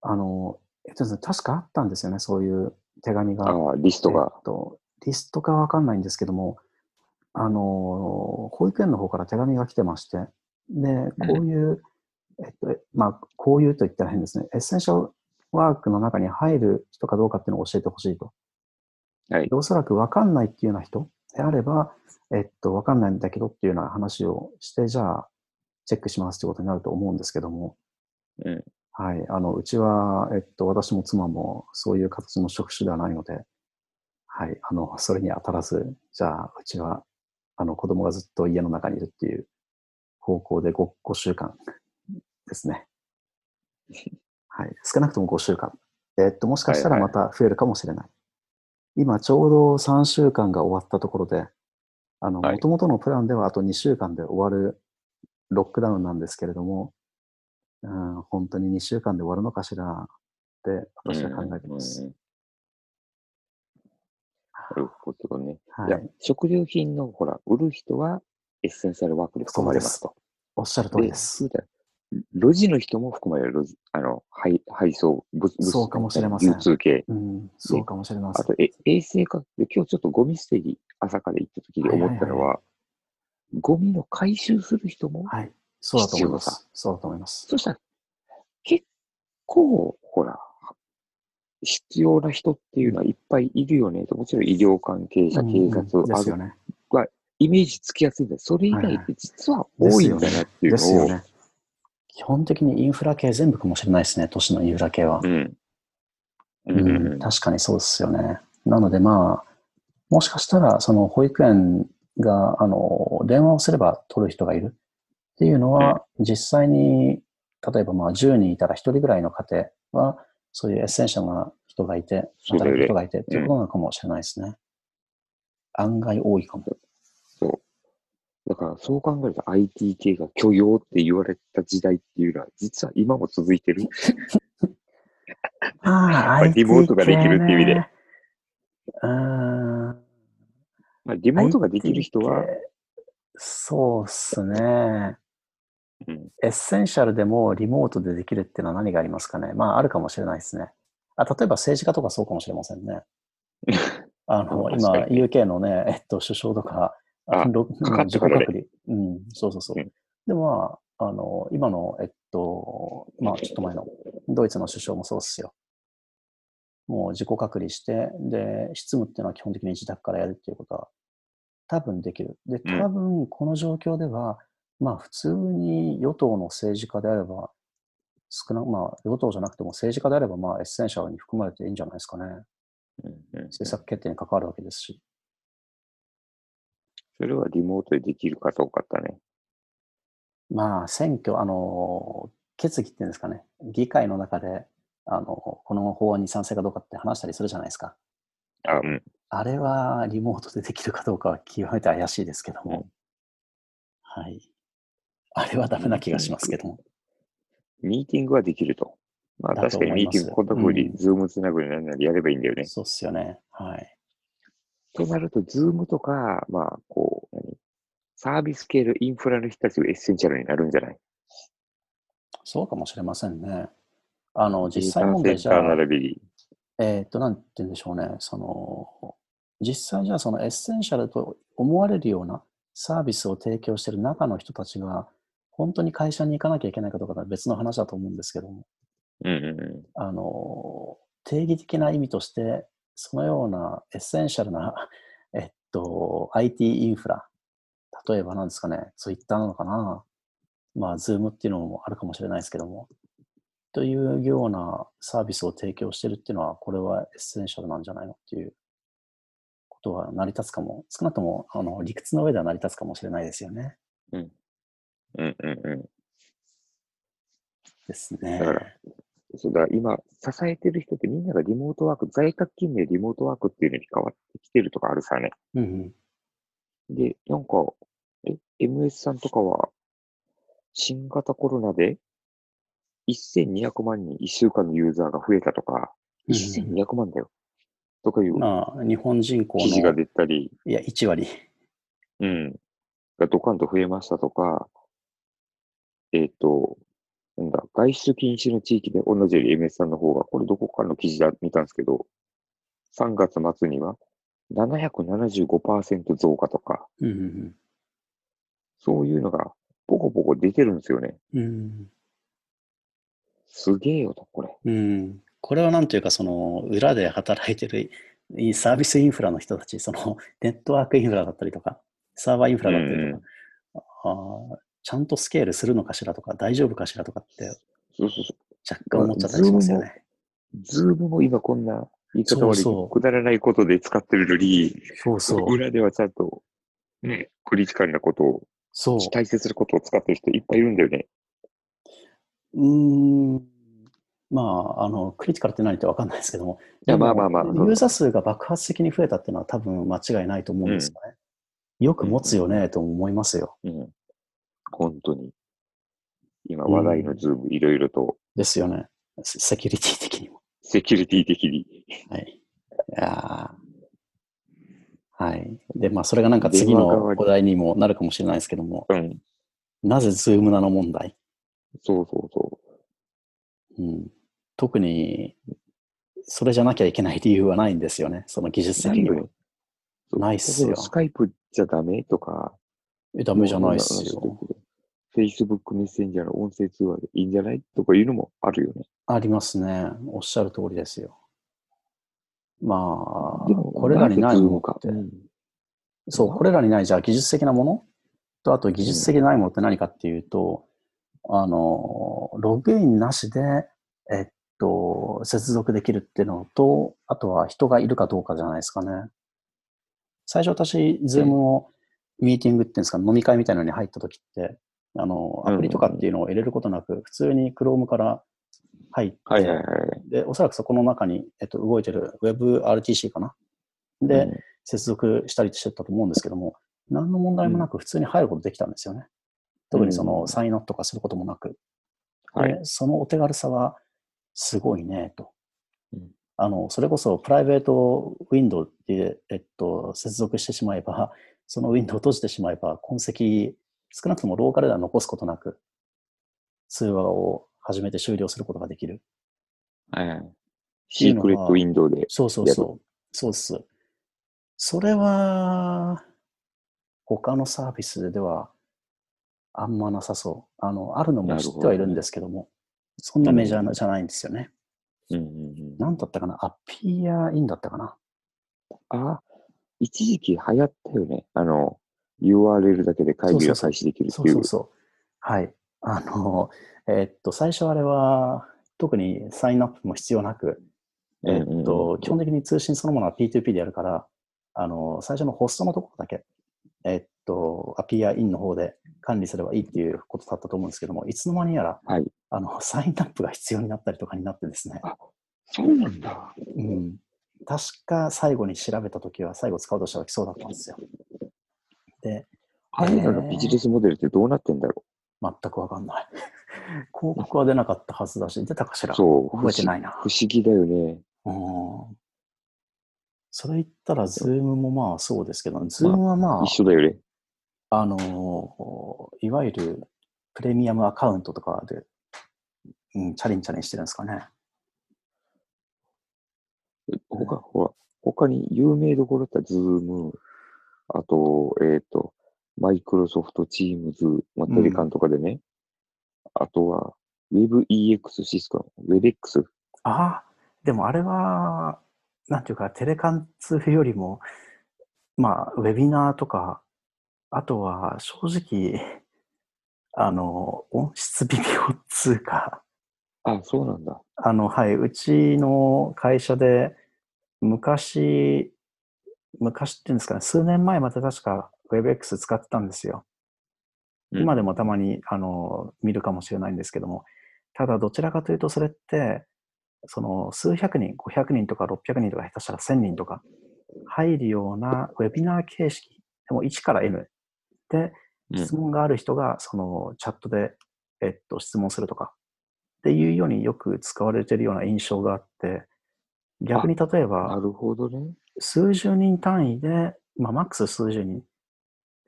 S1: あの、えっとですね、確かあったんですよね、そういう手紙が。
S2: ああ、リストが
S1: えっ。と、リストかわかんないんですけども、あの、保育園の方から手紙が来てまして、で、こういう、えっと、えまあ、こういうと言ったら変ですね、エッセンシャルワークの中に入る人かどうかっていうのを教えてほしいと。
S2: はい
S1: でおそらくわかんないっていうような人であれば、えっと、わかんないんだけどっていうような話をして、じゃあ、チェックしますということになると思うんですけども、
S2: うん
S1: はい、あのうちは、えっと、私も妻もそういう形の職種ではないので、はい、あのそれに当たらず、じゃあ、うちはあの子供がずっと家の中にいるっていう方向で 5, 5週間です ね。はい、少なくとも5週間。えっと、もしかしたら
S2: はいは
S1: ま
S2: い
S1: た増えるかもしれない。今、ちょうど3週間が終わったところで、あの、
S2: はい
S1: 元々のプランではあと2週間で終わるロックダウンなんですけれども、うん、本当に2週間で終わるのかしらって私は考えてま
S2: うん
S1: す。
S2: うんなるほどね。
S1: は
S2: じゃあ
S1: い。
S2: 食料品のほら、売る人はエッセンシャルワークで含まれますと。
S1: おっしゃる通りです。
S2: で路地の人も含まれる、路地あの、配配送、物物
S1: そうかもしれません
S2: 流通系。
S1: うん、そうかもしれませ
S2: あ
S1: ん。
S2: と、え衛生化で、今日ちょっとゴミ捨てに朝から行った時に思ったのは、
S1: はい
S2: ゴミの回収する人も、
S1: はい。そうだと思いま
S2: 必要
S1: す。そうだと思います。
S2: そしたら、結構、ほら、必要な人っていうのはいっぱいいるよねと、もちろん医療関係者、
S1: うん
S2: 警察、
S1: うんで
S2: あ
S1: すよ
S2: る
S1: ね。
S2: イメージつきやすいんだよそれ以外
S1: はい
S2: っ
S1: は
S2: て実は多いんだなっていう
S1: です
S2: のを、
S1: よね。基本的にインフラ系全部かもしれないですね、都市のインフラ系は。
S2: うん。うんうんうん
S1: 確かにそうですよね。なのでまあ、もしかしたら、その保育園が、あの、電話をすれば取る人がいるっていうのは、実際に、例えばまあ10人いたら1人ぐらいの家庭は、そういうエッセンシャルな人がいて、
S2: そうだ
S1: 働
S2: よね
S1: く人がいてっていうことなのかもしれないですね。案外多いかも。
S2: だからそう考えると IT 系が許容って言われた時代っていうのは、実は今も続い てる。
S1: あ
S2: あリモートができるっていう意味で。
S1: IT 系ねうーん。
S2: まあ、リモートができる人は
S1: IT、系。そうっすね。
S2: うん
S1: エッセンシャルでもリモートでできるっていうのは何がありますかね。まあ、あるかもしれないですね。あ例えば政治家とかそうかもしれません ね。あの、今、
S2: 確か
S1: UK のね、えっと、首相とか、
S2: あ
S1: ろ
S2: かかって
S1: 自己
S2: からね
S1: 隔離。うん、そうそうそう。
S2: うん
S1: でも、まあ、あの、今の、えっと、まあ、ちょっと前の、ドイツの首相もそうっすよ。もう自己隔離して、で、執務っていうのは基本的に自宅からやるっていうことは、多分できる。で、
S2: うん
S1: 多分この状況では、まあ、普通に与党の政治家であれば、少な、まあ、与党じゃなくても政治家であれば、まあ、エッセンシャルに含まれていいんじゃないですかね。
S2: うんうん
S1: 政策決定に関わるわけですし。
S2: それはリモートでできるかどうかだね。
S1: まあ、選挙、あの、決議っていうんですかね、議会の中で、あの、この法案に賛成かどうかって話したりするじゃないですか。
S2: あ、うん。
S1: あれはリモートでできるかどうかは極めて怪しいですけども。はい。あれはダメな気がしますけども。
S2: ミーティングはできると。まあ
S1: だと
S2: 確かに
S1: 思い
S2: ミー
S1: ま
S2: テ
S1: す
S2: ィング、こんな風に
S1: うん
S2: ズームつなぐりなんなりやればいいんだよね。
S1: そうっすよね。はい。
S2: となると、ズームとか、まあこう、何サービス系のインフラの人たちがエッセンシャルになるんじゃない
S1: そうかもしれませんね。あの、
S2: デ
S1: 実
S2: ー
S1: 際問
S2: タ
S1: 題
S2: セ
S1: じ
S2: ンタ
S1: ゃ
S2: ー
S1: あ、
S2: 並びに。
S1: えっ、と、なんて言うんでしょうね。その、実際じゃあ、そのエッセンシャルと思われるようなサービスを提供している中の人たちが、本当に会社に行かなきゃいけないかどうかは別の話だと思うんですけども、
S2: うんうんうん。
S1: あの、定義的な意味として、そのようなエッセンシャルな、 えっと、IT インフラ、例えばなんですかね、ツイッターなのかな、まあ、ズームっていうのもあるかもしれないですけども、というようなサービスを提供してるっていうのは、これはエッセンシャルなんじゃないのっていうことは成り立つかも、少なくともあの理屈の上では成り立つかもしれないですよね。
S2: うんうんうん。
S1: ですね。
S2: だからそうだ、今、支えてる人ってみんながリモートワーク、在宅勤務でリモートワークっていうのに変わってきてるとかあるさね。
S1: うんうん。
S2: で、なんか、え、MS さんとかは、新型コロナで1200万人1週間のユーザーが増えたとか、
S1: うん
S2: 1200万だよ。とかいう
S1: まあ、日本人口
S2: 記事が
S1: の、
S2: 出たり、
S1: いや、1割。
S2: うん。がドカンと増えましたとか、えっ、と、なんだ、外出禁止の地域で同じより MS さんの方が、これどこかの記事だ、見たんですけど、3月末には775%増加とか、
S1: うんうん
S2: そういうのがポコポコ出てるんですよね。
S1: うん。うん
S2: すげえよと、これ。
S1: うん、これはなんというか、その裏で働いてるいサービスインフラの人たち、そのネットワークインフラだったりとか、サーバーインフラだったりとか、あーちゃんとスケールするのかしらとか、大丈夫かしらとかって
S2: そうそうそ
S1: 若干思っちゃったりしますよね。
S2: う。ズームも今こんな言い方悪いけど
S1: そうそう
S2: くだらないことで使ってるのに、
S1: そうそう。
S2: 裏ではちゃんと、ね、クリティカルなことを、
S1: そう。
S2: 大切なことを使ってる人いっぱいいるんだよね。
S1: うーん。まあ、あの、クリティカルって何ってわかんないですけども、
S2: いや、
S1: でも
S2: まあまあまあ。
S1: ユーザー数が爆発的に増えたっていうのは多分間違いないと思うんですよね。よく持つよね、と思いますよ。
S2: うん。本当に。今話題のズーム、いろいろと、
S1: ですよね。セセキュリティ的にも。
S2: セキュリティ的に。
S1: はい。いやーはい。で、まあ、それがなんか次
S2: 電話代わ
S1: の
S2: り
S1: お題にもなるかもしれないですけども、
S2: うん。
S1: なぜズームなの問題。
S2: そうそうそ
S1: うん、特に、それじゃなきゃいけない理由はないんですよね。その技術
S2: う。
S1: 的には。
S2: そう
S1: ないっすよ
S2: 例えばスカイプじゃダメとか。
S1: えダメじゃないっす
S2: そんな
S1: よ
S2: 話。だけど Facebook メッセンジャーの音声通話でいいんじゃないとかいうのもあるよね。
S1: ありますね。おっしゃる通りですよ。まあ
S2: でも、
S1: これらにないものって、
S2: なぜ Zoom か
S1: そう、これらにない、じゃあ技術的なものと、あと技術的でないものって何かっていうと、あの、ログインなしで、えっと、接続できるっていうのと、あとは人がいるかどうかじゃないですかね。最初私、ズームをミーティングっていうんですか、飲み会みたいなのに入った時って、あの、アプリとかっていうのを入れることなく、普通に Chrome から入って、
S2: はいはいはい。
S1: で、おそらくそこの中に、えっと、動いてる WebRTC かな。で、
S2: うん、
S1: 接続したりしてたと思うんですけども、何の問題もなく普通に入ることできたんですよね。特にそ
S2: うん
S1: のサインアップとかすることもなく。
S2: は
S1: で
S2: い。
S1: そのお手軽さはすごいね、と
S2: うん。
S1: あの、それこそプライベートウィンドウで、えっと、接続してしまえば、そのウィンドウを閉じてしまえば、痕跡、少なくともローカルでは残すことなく、通話を始めて終了することができる。
S2: はいはい。シークレットウィンドウで。
S1: そうそうそう。そうっす。それは、他のサービスではあんまなさそう。あの、あるのも知ってはいるんですけども、そんなメジャーなじゃないんですよね。
S2: うんうんうん、
S1: なんだったかなアピアインだったかな
S2: あ、一時期流行ったよね。あの、URL だけで会議が開始できるっ
S1: そ
S2: て
S1: う
S2: い
S1: そうう。そう。はい。あの、えっと、最初あれは、特にサインアップも必要なく、えっ
S2: うんうんう
S1: と
S2: ん、
S1: 基本的に通信そのものは P2P でやるから、あの、最初のホストのところだけ、えっと、アピアインの方で管理すればいいっていうことだったと思うんですけども、いつの間にやら、
S2: はい
S1: あの、サインアップが必要になったりとかになってですね、
S2: そうなんだ。
S1: うん。確か最後に調べたときは、最後使うとしたら来そうだったんですよ。で、
S2: あれらのビジネスモデルってどうなってんだろ
S1: 全くわかんない。 広告は出なかったはずだし、出たかし
S2: う。
S1: ら
S2: そう。。
S1: 覚えてないいな。
S2: 不思議だよね。
S1: うんそれ言ったら、ズームもまあそうですけど、ズームはま
S2: 一緒だよね。
S1: あ、あのーいわゆるプレミアムアカウントとかで、うん、チャリンチャリンしてるんですかね。
S2: 他、ほら、他に有名どころだったら、ズーム、あと、えっ、と、マイクロソフト、チームズ、まあ、
S1: うん
S2: テレカンとかでね。あとは、WebEX シスコの WebEx。
S1: ああ、でもあれは、なんていうか、テレカン通よりも、まあ、ウェビナーとか、あとは、正直、あの、音質微妙っつうか、
S2: あ、そうなんだ。
S1: あの、はい、うちの会社で昔、昔っていうんですかね、数年前まで確か WebX 使ってたんですよ。
S2: うん
S1: 今でもたまに、あの、見るかもしれないんですけども、ただ、どちらかというと、それって、その数百人、500人とか600人とか下手したら1000人とか入るようなウェビナー形式、でも1から N で、質問がある人がそのチャットで、えっと、質問するとかっていうようによく使われているような印象があって、逆に例えば、
S2: なるほどね。
S1: 数十人単位で、まあ、マックス数十人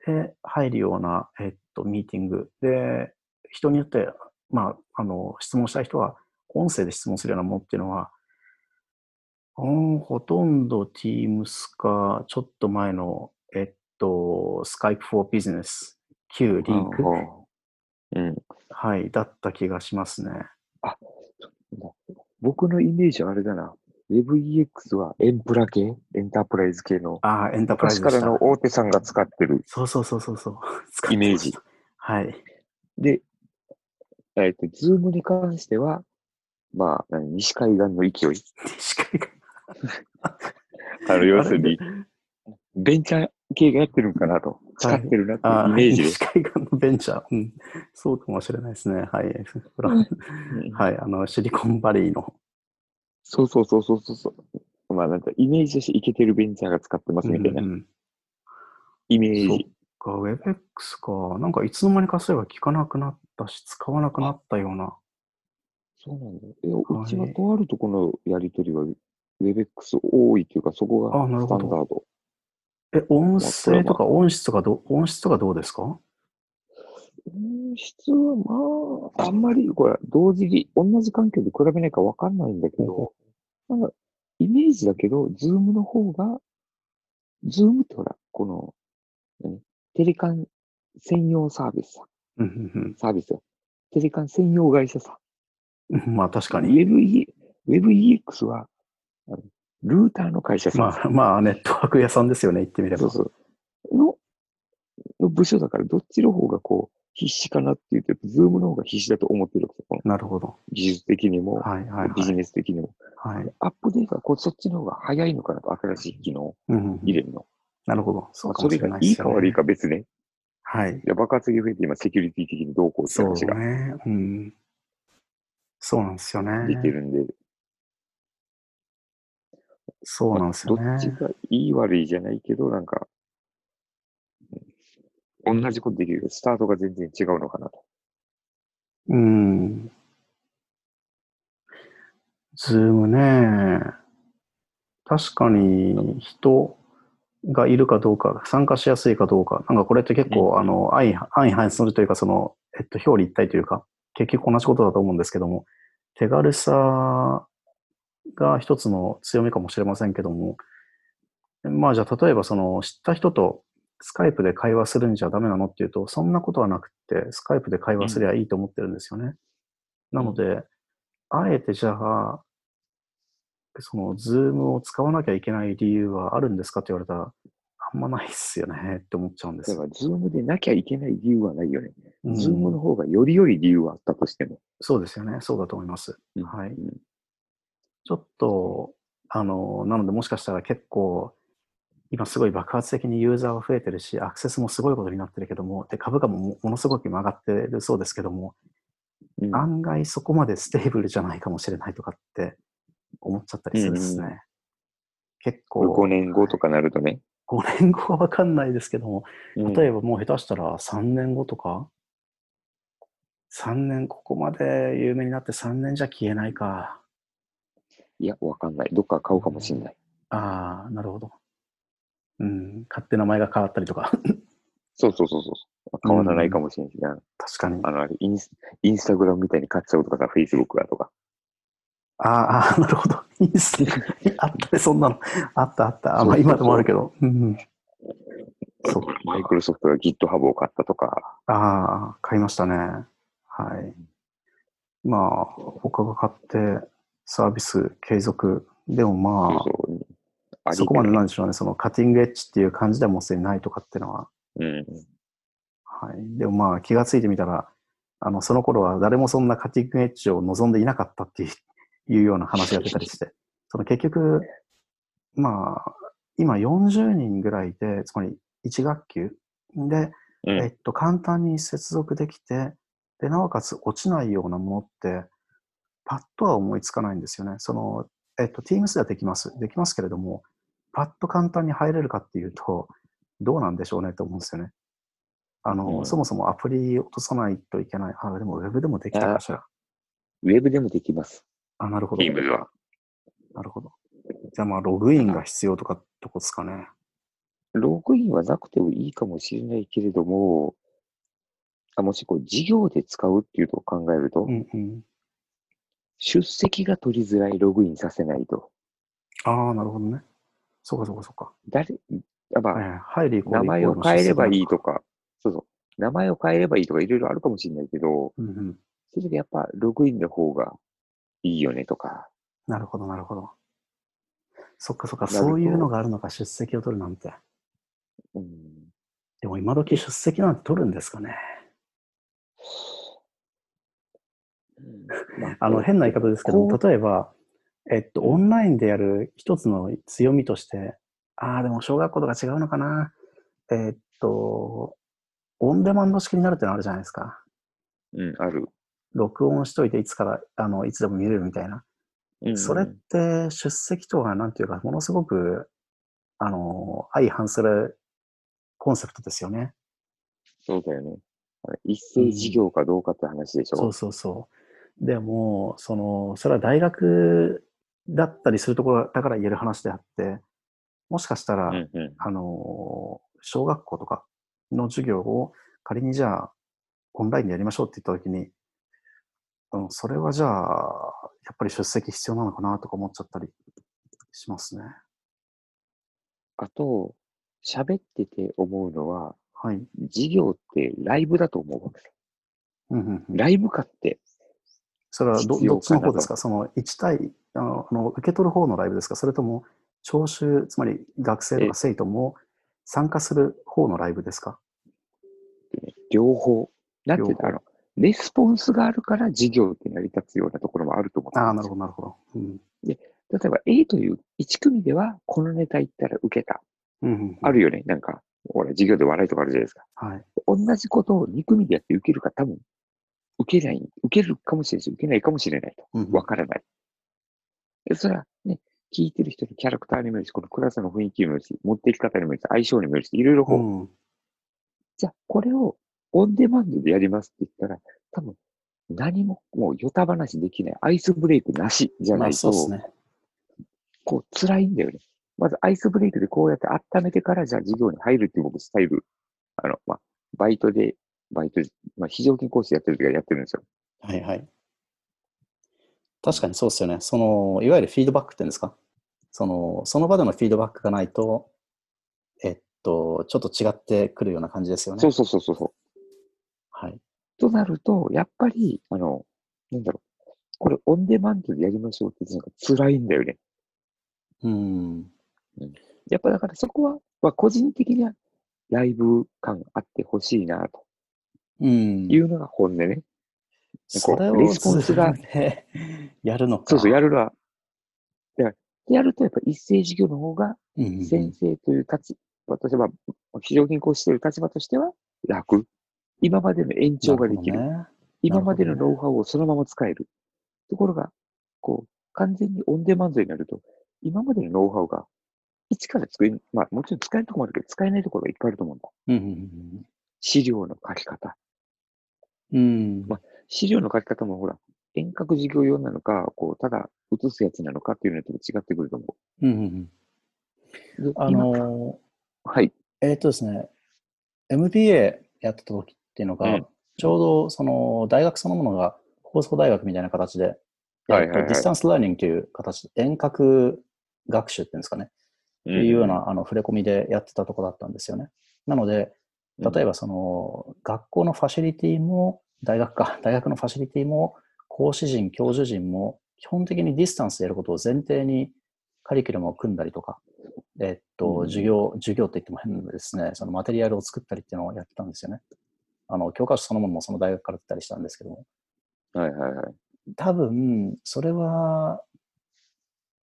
S1: で入るような、えっと、ミーティングで、人によって、まあ、あの、質問したい人は、音声で質問するようなものっていうのは、うん、ほとんど Teams か、ちょっと前の、えっと、Skype for Business、Q リンク、
S2: うん、
S1: はい、だった気がしますね。
S2: あ、僕のイメージはあれだな。WebEX はエンプラ系エンタープライズ系の。
S1: ああ、エンタープライズ。
S2: 昔からの大手さんが使ってる。
S1: そうそうそうそうそう。
S2: イメージ。
S1: はい。
S2: で、えっ、と、ズームに関しては、まあ、西海岸の勢い。
S1: 西海岸。
S2: あの、要するに、 ベンチャー系がやってるんかなと。使ってるなっていうイメージです
S1: はい、西海岸のベンチャー、うん。そうかもしれないですね。はい。はい、あの、シリコンバレーの。
S2: そうそうそうそうそう。まあ、なんか、イメージとしていけてるベンチャーが使ってますみたいな。うんうん、イメージ。
S1: か、WebX か。なんか、いつの間にかそういえば聞かなくなったし、使わなくなったような。
S2: そうなんだ。え、うちはとあるとこのやりとりは WebX 多いというか、そこがスタンダード。
S1: え、音声とか音質とかど、音質とかどうですか音
S2: 質はまあ、あんまり、これ、同時に、同じ環境で比べないかわかんないんだけど、なんか、イメージだけど、ズームの方が、ズームってほら、この、何テレカン専用サービスさ。サービスよ。テレカン専用会社さ。
S1: まあ確か
S2: に。WebE、WebEX は、ルーターの会社さん。
S1: まあ、まあ、ネットワーク屋さんですよね、言ってみれば。
S2: そうそうの、の部署だから、どっちの方がこう、必死かなっていうと、ズームの方が必死だと思ってるわけ
S1: ですなるほど。
S2: 技術的にも、
S1: はいはい、はい、
S2: ビジネス的にも。
S1: はい、
S2: アップデートはこう、そっちの方が早いのかなと、新しい機能入れるの。うんうん、
S1: なるほど。
S2: そうかもしれない、ね、それがいいか悪いか別ね。
S1: はい。
S2: いや爆発的に増えて、今、セキュリティ的にどうこうって話
S1: が。そうね。うん。そうなんですよね。
S2: できるんで。
S1: そうなんですよね。
S2: どっちがいい悪いじゃないけど、なんか、同じことできるけど、スタートが全然違うのかなと。
S1: うん。ズームね。確かに人がいるかどうか、参加しやすいかどうか、なんかこれって結構、あの、相反するというか、その、えっと、表裏一体というか、結局同じことだと思うんですけども、手軽さが一つの強みかもしれませんけども、まあじゃあ例えばその知った人とスカイプで会話するんじゃダメなのっていうと、そんなことはなくって、スカイプで会話すりゃいいと思ってるんですよね。うん、なので、あえてじゃあ、そのズームを使わなきゃいけない理由はあるんですかって言われたら、あんまないっすよねって思っちゃうんです。
S2: だから、ズームでなきゃいけない理由はないよね。ズームの方がより良い理由はあったとしても。
S1: そうですよね。そうだと思います。うん、はい。ちょっと、あの、なのでもしかしたら結構、今すごい爆発的にユーザーは増えてるし、アクセスもすごいことになってるけども、で株価もものすごく曲がってるそうですけども、うん、案外そこまでステーブルじゃないかもしれないとかって思っちゃったりするんですね。うん、結構。
S2: 5年後とかなるとね。
S1: 5年後はわかんないですけども、例えばもう下手したら3年後とか、3年、ここまで有名になって3年じゃ消えないか。
S2: いや、わかんない。どっか買うかもしんない。
S1: ああ、なるほど。うん、勝手名前が変わったりとか。
S2: そうそうそうそう。変わらないかもしれないしな、うん、
S1: 確かに。
S2: あの、あれインス、インスタグラムみたいに買っちゃうとかさ、フェイスブックがとか。
S1: ああ、 なるほど。インスあったね、そんなの。あったあった。あまあ、今でもあるけど。うん、
S2: そう。マイクロソフトが GitHub を買ったとか。
S1: ああ、買いましたね。はい。まあ、他が買って、サービス継続。でもまあ、そうそうそこまでなんでしょうね。そのカティングエッジっていう感じではもうすでにないとかっていうのは。
S2: うん。
S1: はい。でもまあ、気がついてみたら、あの、その頃は誰もそんなカティングエッジを望んでいなかったっていういうような話が出たりして、その結局、まあ、今40人ぐらいで、つまり1学級で、うん、えっと、簡単に接続できて、で、なおかつ落ちないようなものって、パッとは思いつかないんですよね。その、えっと、Teams ではできます。できますけれども、パッと簡単に入れるかっていうと、どうなんでしょうねと思うんですよね。あの、
S2: うん、
S1: そもそもアプリ落とさないといけない。あ、でも Web でもできたかしら。
S2: ウェブでもできます。
S1: あ、なるほど。
S2: Teams は。
S1: なるほど。じゃあまあ、ログインが必要とかってことですかね。
S2: ログインはなくてもいいかもしれないけれども、あもしこう事業で使うっていうのを考えると、
S1: うんうん、
S2: 出席が取りづらいログインさせないと。
S1: ああ、なるほどね。そうかそうかそうか。
S2: 誰、やっぱ、
S1: えー、入り
S2: 名前を変えればいいとか、そうそう。名前を変えればいいとかいろいろあるかもしれないけど、
S1: うんうん、
S2: それでやっぱログインの方がいいよねとか。
S1: なるほど、なるほど。そっかそっか、そういうのがあるのか、出席を取るなんて。
S2: うん、
S1: でも今時出席なんて取るんですかね。 あの変な言い方ですけど例えば、えっと、オンラインでやる一つの強みとして、ああ、でも小学校とか違うのかな。えー、っと、オンデマンド式になるってのあるじゃないですか。
S2: うん、ある。
S1: 録音しといて、いつから、あの、いつでも見れるみたいな。
S2: うん、
S1: それって、出席とは、なんていうか、ものすごく、あの、相反するコンセプトですよね。
S2: そうだよね。一斉事業かどうかって話でしょ、うん、
S1: そうそうそう。でも、その、それは大学だったりするところだから言える話であって、もしかしたら、
S2: うんうん、
S1: あの、小学校とかの授業を仮にじゃあ、オンラインでやりましょうって言ったときに、うん、それはじゃあ、やっぱり出席必要なのかなとか思っちゃったりしますね。
S2: あと、喋ってて思うのは、
S1: はい。
S2: 授業ってライブだと思うわけです。
S1: うんうんうん、
S2: ライブ化って。
S1: それはどどっちの方ですかその1対あのあの、受け取る方のライブですかそれとも、聴衆、つまり学生とか生徒も参加する方のライブですか
S2: 両方。だってあの、レスポンスがあるから授業って成り立つようなところもあると思う。
S1: ああ、なるほど、なるほど。うん、
S2: で例えば A という1組では、このネタ言ったら受けた。
S1: うんうんうん、
S2: あるよね、なんか。ほら、授業で笑いとかあるじゃないですか。
S1: はい。
S2: 同じことを2組でやって受けるか、多分、受けない、受けるかもしれないし、受けないかもしれないと。わ、うん、からない。で、それはね、聞いてる人のキャラクターにもよるし、このクラスの雰囲気にもよるし、持っていき方にもよるし、相性にもよるし、いろいろこう、
S1: うん。
S2: じゃあ、これをオンデマンドでやりますって言ったら、多分、何も、もう、よた話できない、アイスブレイクなしじゃないと、
S1: まあ、そうですね。
S2: こう、辛いんだよね。まずアイスブレイクでこうやって温めてから、じゃあ授業に入るっていう僕スタイル、あの、まあ、バイトで、バイトで、まあ、非常勤講師やってる時はやってるんですよ。
S1: はいはい。確かにそうですよね。その、いわゆるフィードバックっていうんですかその、その場でのフィードバックがないと、えっと、ちょっと違ってくるような感じですよね。
S2: そうそうそうそう。
S1: はい。
S2: となると、やっぱり、あの、なんだろう。これオンデマンドでやりましょうって、なんか辛いんだよね。
S1: うん。
S2: やっぱだからそこは、まあ、個人的にはライブ感あってほしいなと。
S1: うん。
S2: いうのが本音ね。
S1: それを
S2: レスポンスが。
S1: やるのか。
S2: そうそう、やるのは。だから、やるとやっぱ一斉授業の方が、先生という立場としては、非常勤講師という立場としては楽。今までの延長ができる。
S1: るね、
S2: 今までのノウハウをそのまま使える。るね、ところが、こう、完全にオンデマンドになると、今までのノウハウが一から作り、まあもちろん使えるところもあるけど、使えないところがいっぱいあると思うんだ。
S1: うんうんうん、
S2: 資料の書き方。
S1: うん。
S2: まあ、資料の書き方もほら、遠隔授業用なのか、こう、ただ写すやつなのかっていうのとも違ってくると思
S1: う。うんうんうん、あの
S2: ー、はい。
S1: えー、っとですね、MBA やってた時っていうのが、うん、ちょうどその大学そのものが放送大学みたいな形で、
S2: はいはいはい、
S1: ディスタンスラーニングという形で遠隔学習っていうんですかね。っていうような、あの触れ込みでやってたとこだったんですよね。なので、例えばその、うん、学校のファシリティも、大学か、 大学のファシリティも、講師陣、教授陣も、基本的にディスタンスでやることを前提にカリキュラムを組んだりとか、えっと、うん、授業、授業って言っても変ですね、そのマテリアルを作ったりっていうのをやってたんですよね。あの、教科書そのものもその大学から出たりしたんですけども。
S2: はいはいはい。
S1: 多分、それは、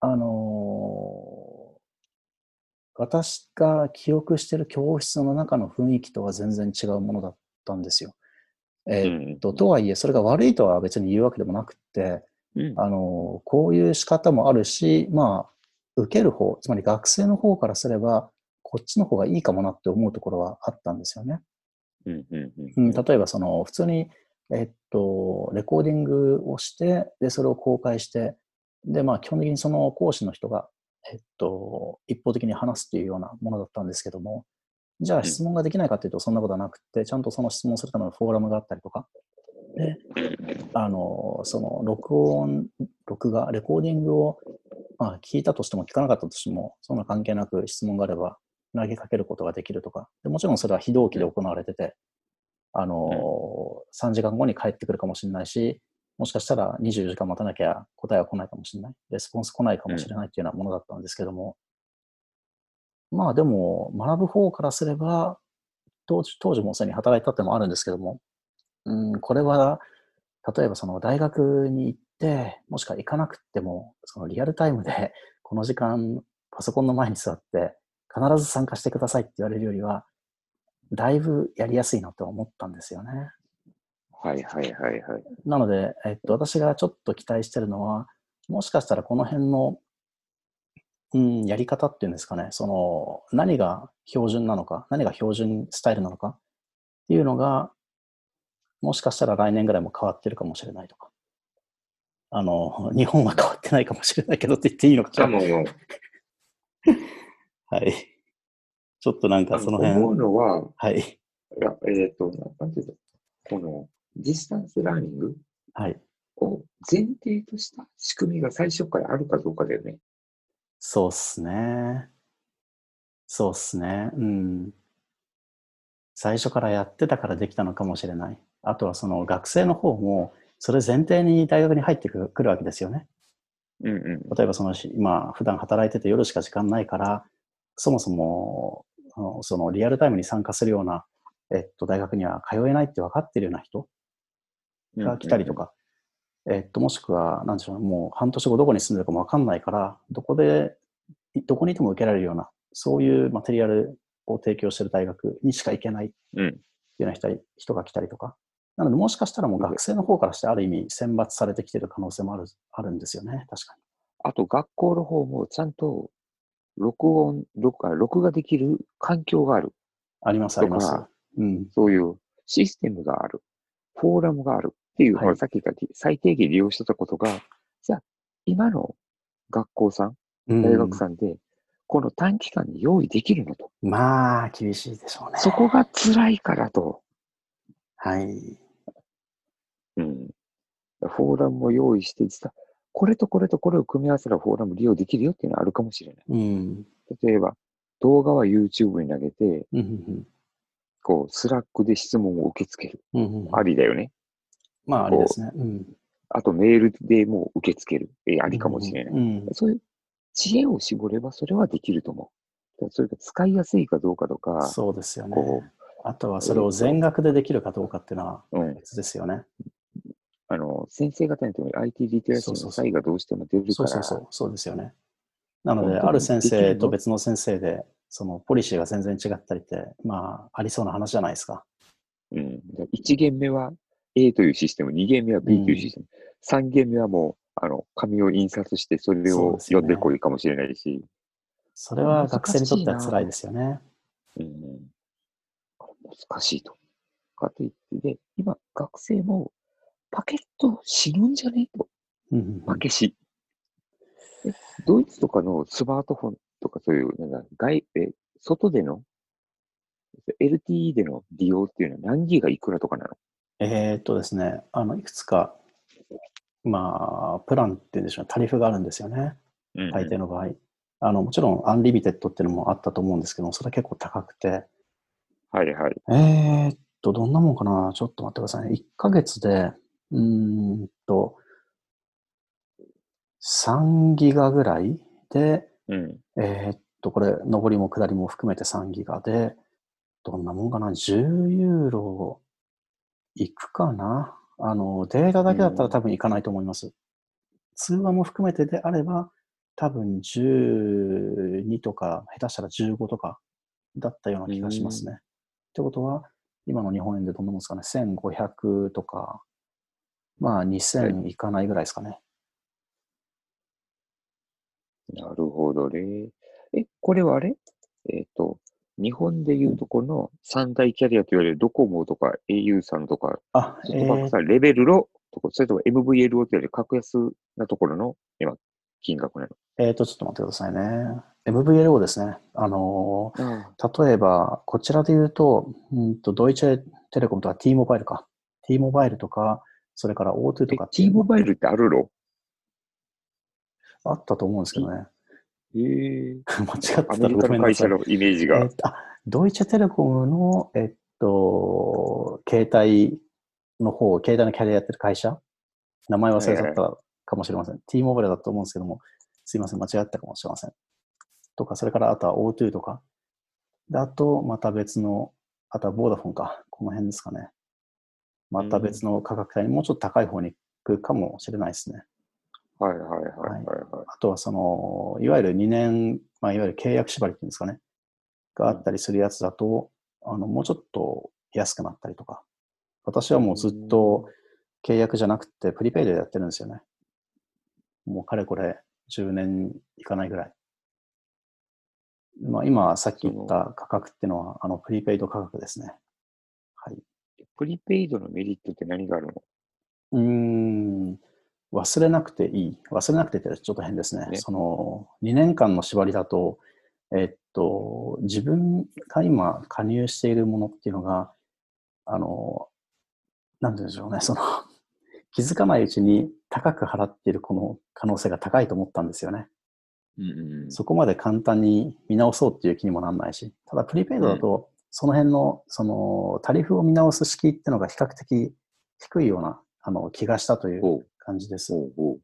S1: あの私が記憶してる教室の中の雰囲気とは全然違うものだったんですよ。えー、っと、とはいえ、それが悪いとは別に言うわけでもなくて、
S2: うん。
S1: あの、こういう仕方もあるし、まあ、受ける方、つまり学生の方からすれば、こっちの方がいいかもなって思うところはあったんですよね。
S2: うん。うん。
S1: うん、例えば、その、普通に、えっと、レコーディングをして、で、それを公開して、で、まあ、基本的にその講師の人が、えっと、一方的に話すっていうようなものだったんですけども、じゃあ質問ができないかっていうと、そんなことはなくて、ちゃんとその質問するためのフォーラムがあったりとか、で、あの、その、録音、録画、レコーディングを、まあ、聞いたとしても聞かなかったとしても、そんな関係なく質問があれば投げかけることができるとか、でもちろんそれは非同期で行われてて、あの、3時間後に帰ってくるかもしれないし、もしかしたら24時間待たなきゃ答えは来ないかもしれない。レスポンス来ないかもしれないっていうようなものだったんですけども、まあでも、学ぶ方からすれば、当時当時もうすでに働いたってのもあるんですけども、うん、これは、例えばその大学に行って、もしくは行かなくっても、そのリアルタイムで、この時間、パソコンの前に座って、必ず参加してくださいって言われるよりは、だいぶやりやすいなと思ったんですよね。
S2: はいはいはいはい。
S1: なので、えっと、私がちょっと期待してるのは、もしかしたらこの辺の、うん、やり方っていうんですかね、その、何が標準なのか、何が標準スタイルなのかっていうのが、もしかしたら来年ぐらいも変わってるかもしれないとか。あの、日本は変わってないかもしれないけどって言っていいのかしら。
S2: もう、
S1: はい。ちょっとなんかその辺、
S2: 思うのは、
S1: はい。
S2: いやえっ、と、なんていうの、このディスタンスラーニング
S1: はい。
S2: を前提とした仕組みが最初からあるかどうかだよね。
S1: そうっすね。そうっすね。うん。最初からやってたからできたのかもしれない。あとはその学生の方も、それ前提に大学に入ってくくるわけですよね。
S2: うんうん。
S1: 例えばそのし今、普段働いてて夜しか時間ないから、そもそも、あのそのリアルタイムに参加するような、えっと、大学には通えないって分かってるような人が来たりと。か、えっと、もしくは、なんでしょう、もう半年後どこに住んでるかもわかんないから、どこで、いどこにいても受けられるような、そういうマテリアルを提供してる大学にしか行けないって
S2: うん
S1: いうような人が人が来たりとか。なので、もしかしたらもう学生の方からして、ある意味選抜されてきてる可能性もある、あるんですよね。確か
S2: あと学校の方もちゃんと録音、録画、録画できる環境がある。
S1: に。あります、あります
S2: とか。
S1: うん。
S2: そういうシステムがある。フォーラムがあるっていう、
S1: はい
S2: ほらさっき言った最低限利用してたことが、じゃあ今の学校さん、
S1: うん
S2: 大学さんで、この短期間に用意できるのと。
S1: まあ、厳しいでしょうね。
S2: そこが辛いからと。
S1: はい。
S2: うん。フォーラムも用意して、実は、これとこれとこれを組み合わせたフォーラム利用できるよっていうのはあるかもしれない。
S1: うん。
S2: 例えば、動画は YouTube に投げて、
S1: うんうん
S2: こう、スラックで質問を受け付ける。
S1: うん。うんうん
S2: ありだよね。
S1: まあ、あれですね。うん。
S2: あと、メールでもう受け付ける。えーありかもしれない。
S1: うん。
S2: そういう知恵を絞れば、それはできると思う。だからそれが使いやすいかどうかとか、
S1: そうですよね。
S2: こ
S1: あとはそれを全額でできるかどうかっていうのは
S2: う、うん、
S1: 別ですよね。
S2: あの、先生方にとって IT リテラシ
S1: そう
S2: ー
S1: そう
S2: の
S1: そう
S2: 差異がどうしても出るから、
S1: そうそうそう、そうですよね。なの
S2: 本
S1: で、
S2: 当に
S1: ある先
S2: でき
S1: 生
S2: るの
S1: と別の先生で、そのポリシーが全然違ったりって、まあ、ありそうな話じゃないですか。
S2: うん、1限目は A というシステム、2限目は B というシステム、3限目はもうあの紙を印刷してそれ
S1: そう
S2: を
S1: ですよ
S2: 読
S1: ね
S2: んでこいかもしれないし、
S1: それは学生にとっては辛いですよね。
S2: うん、これ難しいと。かといって、で、今、学生もパケット死ぬんじゃねえと。
S1: うんうんう
S2: パ
S1: ん
S2: ケし。でドイツとかのスマートフォンとかそういう、なんか外、え、外での LTE での利用っていうのは何ギガいくらとかなの
S1: えーっとですね、あの、いくつか、まあ、プランっていうんでしょうね、タリフがあるんですよね。大抵の場合。あの、もちろん、アンリミテッドっていうのもあったと思うんですけども、それは結構高くて、
S2: はいはい。
S1: えーっと、どんなもんかなちょっと待ってくださいね。1ヶ月で、うーんと、3ギガぐらいで、
S2: うん。
S1: えーっと、これ、上りも下りも含めて3ギガで、どんなもんかな ?10 ユーロいくかなあの、データだけだったら多分いかないと思います。通話も含めてであれば、多分12とか、下手したら15とかだったような気がしますね。ってことは、今の日本円でどんなもんですかね ?1500 とか、まあ2000いかないぐらいですかね。
S2: なるほどね。え、これはあれえっ、と、日本でいうとこの三大キャリアと言われるドコモとか au さんとか、
S1: あ、
S2: ソ
S1: え
S2: フトバンク
S1: ー
S2: さんレベルのとこ、それとも MVLO と言われる格安なところの今、金額な
S1: えーと、ちょっと待ってくださいね。MVLO ですね。あの
S2: の。あ
S1: ー例えば、こちらで言うと、うんと、ドイツテレコムとか T モバイルか。T モバイルとか、それから O2 と
S2: え
S1: か、ってい
S2: T
S1: うの
S2: モバイルってあるの
S1: あったと思うんですけどね。
S2: ええ
S1: 間違ってた
S2: ア
S1: ら
S2: メリカ
S1: ごめ
S2: の
S1: んな
S2: 会
S1: さ
S2: 社
S1: い。
S2: のイメージ
S1: え
S2: が
S1: ー。とあドイツテレコムの、えっと、携帯の方、携帯のキャリアやってる会社名前忘れちゃったかもしれません。T モバイルだと思うんですけども、すいません、間違ったかもしれません。とか、それからあとは O2 とか。であと、また別の、あとはボーダフォンか。この辺ですかね。また別の価格帯にもうちょっと高い方に行くかもしれないですね。
S2: はいはいはいはいはい。
S1: あとはその、いわゆる2年、まあ、いわゆる契約縛りっていうんですかね、があったりするやつだと、あの、もうちょっと安くなったりとか。私はもうずっと契約じゃなくて、プリペイドでやってるんですよね。もうかれこれ10年いかないぐらい。まあ、今、さっき言った価格っていうのは、あの、プリペイド価格ですね。はい。
S2: プリペイドのメリットって何があるの
S1: うーん、忘れなくていい。忘れなくてってちょっと変ですね。
S2: ね
S1: その2年間の縛りだと、えっと、自分が今加入しているものっていうのが、あの、なんて言うんでしょうね、その、 気づかないうちに高く払っているこの可能性が高いと思ったんですよね。
S2: うんうん
S1: そこまで簡単に見直そうっていう気にもなんないし、ただプリペイドだと、その辺の、その、タリフを見直す式っていうのが比較的低いような、あの、気がしたという
S2: ほう
S1: 感じです。
S2: ほうほう。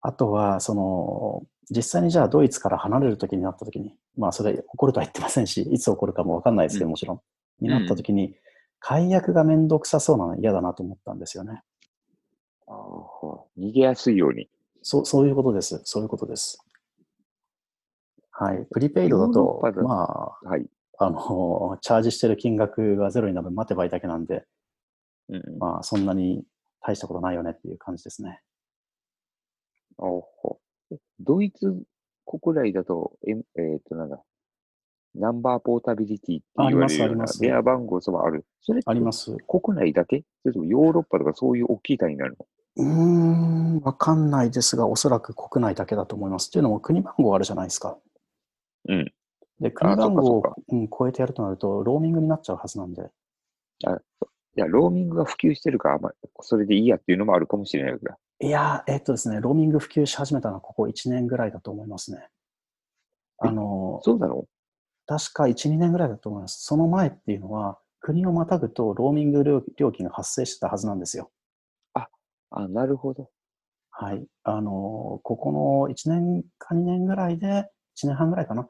S1: あとは、その、実際にじゃあドイツから離れる時になった時に、まあそれ起こるとは言ってませんし、いつ起こるかもわかんないですけ
S2: う
S1: ど、
S2: ん
S1: もちろん。になった時に、解約がめんどくさそうなの嫌だなと思ったんですよね。
S2: ああ、ほら逃げやすいように。
S1: そう、そういうことです。そういうことです。はい。プリペイドだ
S2: ヨ
S1: と
S2: ーロッパ、だ
S1: まあ、
S2: はい。
S1: あの、チャージしてる金額がゼロになるの待てばいいだけなんで、
S2: うんうん、あ
S1: まあ、そんなに大したことないよねっていう感じですね。
S2: ほうえドイツ国内だと、ええーと、なんだ、ナンバーポータビリティって言
S1: あり
S2: われるような
S1: ますあります
S2: 電話番号そばある。それって
S1: あります
S2: 国内だけそれともヨーロッパとかそういう大きい単位になるの
S1: うーん、わかんないですが、おそらく国内だけだと思います。というのも、国番号あるじゃないですか。
S2: うん。
S1: で、国
S2: あそっ
S1: 番
S2: か
S1: 号
S2: そっ
S1: を
S2: か
S1: うん超えてやるとなると、ローミングになっちゃうはずなんで。
S2: いや、ローミングが普及してるから、あんまそれでいいやっていうのもあるかもしれないわけだ。
S1: いやー、えっとですね、ローミング普及し始めたのはここ1年ぐらいだと思いますね。あの、
S2: そうなの
S1: 確か1、2年ぐらいだと思います。その前っていうのは、国をまたぐとローミング料料金が発生してたはずなんですよ。
S2: あ、なるほど。
S1: はい。あの、ここの1年か2年ぐらいで、1年半ぐらいかな。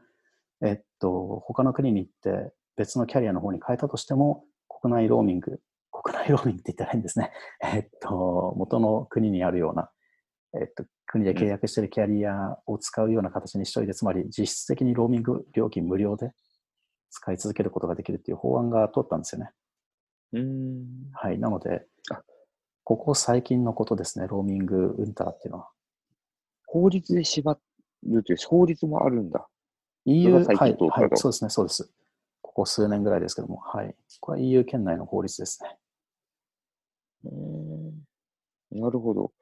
S1: えっと、他の国に行って別のキャリアの方に変えたとしても、国内ローミング、国内ローミングって言ったらいいんですね。 えっと、元の国にあるような、えっと、国で契約してるキャリアを使うような形にしといて、つまり実質的にローミング料金無料で使い続けることができるっていう法案が通ったんですよね。
S2: うーん。
S1: はい。なので
S2: あ、
S1: ここ最近のことですね、ローミングうんたらっていうのは。
S2: 法律で縛るという法律もあるんだ。
S1: EU、
S2: 最近
S1: はい
S2: 通った、
S1: はい、
S2: と
S1: そうですね、そうです。ここ数年ぐらいですけども、はい。これは EU 圏内の法律ですね。
S2: うーんなるほど。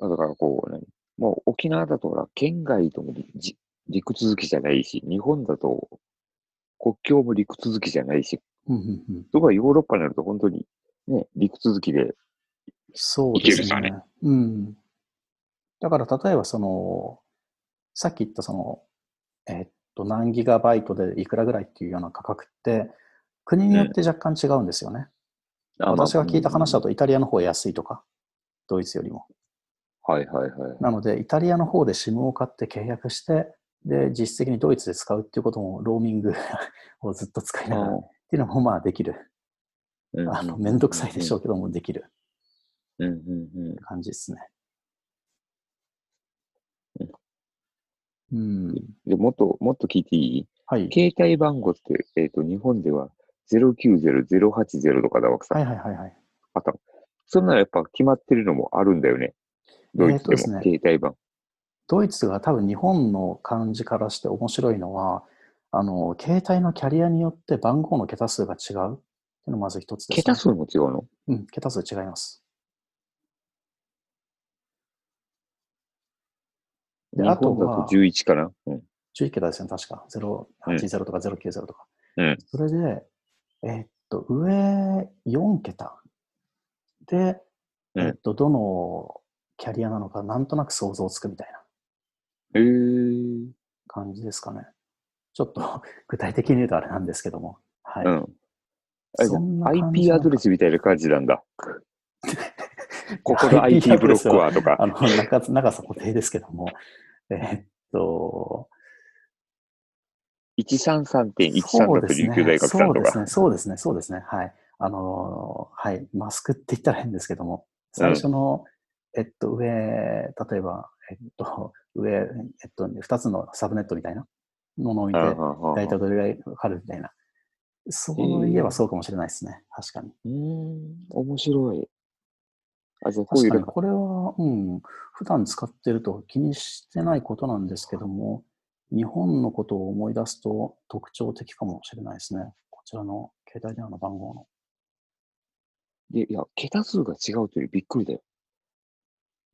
S2: あだからこう、何もう沖縄だとほら、県外ともりじ陸続きじゃないし、日本だと国境も陸続きじゃないし、
S1: うんうんうん、
S2: とかヨーロッパになると本当にね、陸続きで、
S1: そうです
S2: いける
S1: ね。
S2: んです
S1: うん。だから、例えば、その、さっき言った、その、えっと、何ギガバイトでいくらぐらいっていうような価格って、国によって若干違うんですよね。私が聞いた話だ
S2: と。
S1: と、イタリアの方が安いとか、ドイツよりも。
S2: はいはいはい。
S1: なので、イタリアの方で SIM を買って契約して、で、実質的にドイツで使うっていうことも、ローミング をずっと使いながらっていうのもまあできる。
S2: う ん
S1: あの、めんどくさいでしょうけども、できる
S2: うんうんうん。
S1: 感じですね。うん。
S2: で、もっと、もっと聞いてい
S1: はい
S2: い。携帯番号って、えっ、と、日本では090080とかだわけさ。
S1: はいはいはいはい。
S2: あったのそんなのやっぱ決まってるのもあるんだよね。ドイツで
S1: えーと
S2: も、
S1: ですね
S2: 携帯版。
S1: ドイツが多分日本の感じからして面白いのは、あの、携帯のキャリアによって番号の桁数が違うっていうのがまず一つです、ね。
S2: 桁数も違うの
S1: うん、桁数違います。で
S2: 日
S1: あと
S2: 本だ
S1: は
S2: と11かなうん。
S1: 11桁ですね、確か。080とか090とか。
S2: うん
S1: それで、えーっと、上4桁で、え
S2: うん
S1: ーっと、どのキャリアなのか、なんとなく想像つくみたいな
S2: えー。
S1: 感じですかね。ちょっと 具体的に言うとあれなんですけども。はい。
S2: うん。あれじゃ
S1: そんな感じなのか
S2: IP アドレスみたいな感じなん だ。ここの
S1: IP
S2: IP ブロックはと
S1: あ
S2: か。
S1: の、長さ長さ固定ですけども。えーっと、そうですね
S2: 133.136琉球大学さんとか。
S1: そうですね、そうですね、そうですね。はい。あのーはい。マスクって言ったら変ですけども、最初の、えっと、上、例えば、えっと、上、えっと、2つのサブネットみたいなものを見て、
S2: うん
S1: 大体どれぐらいかかるみたいな。そういえばそうかもしれないですね。確かに。
S2: うん、面白い。あ、じゃあこうい
S1: 確
S2: う
S1: かに、
S2: なんか
S1: これは、うん、普段使ってると気にしてないことなんですけども、日本のことを思い出すと特徴的かもしれないですね。こちらの携帯電話の番号の。
S2: でいや、桁数が違うというびっくりだよ。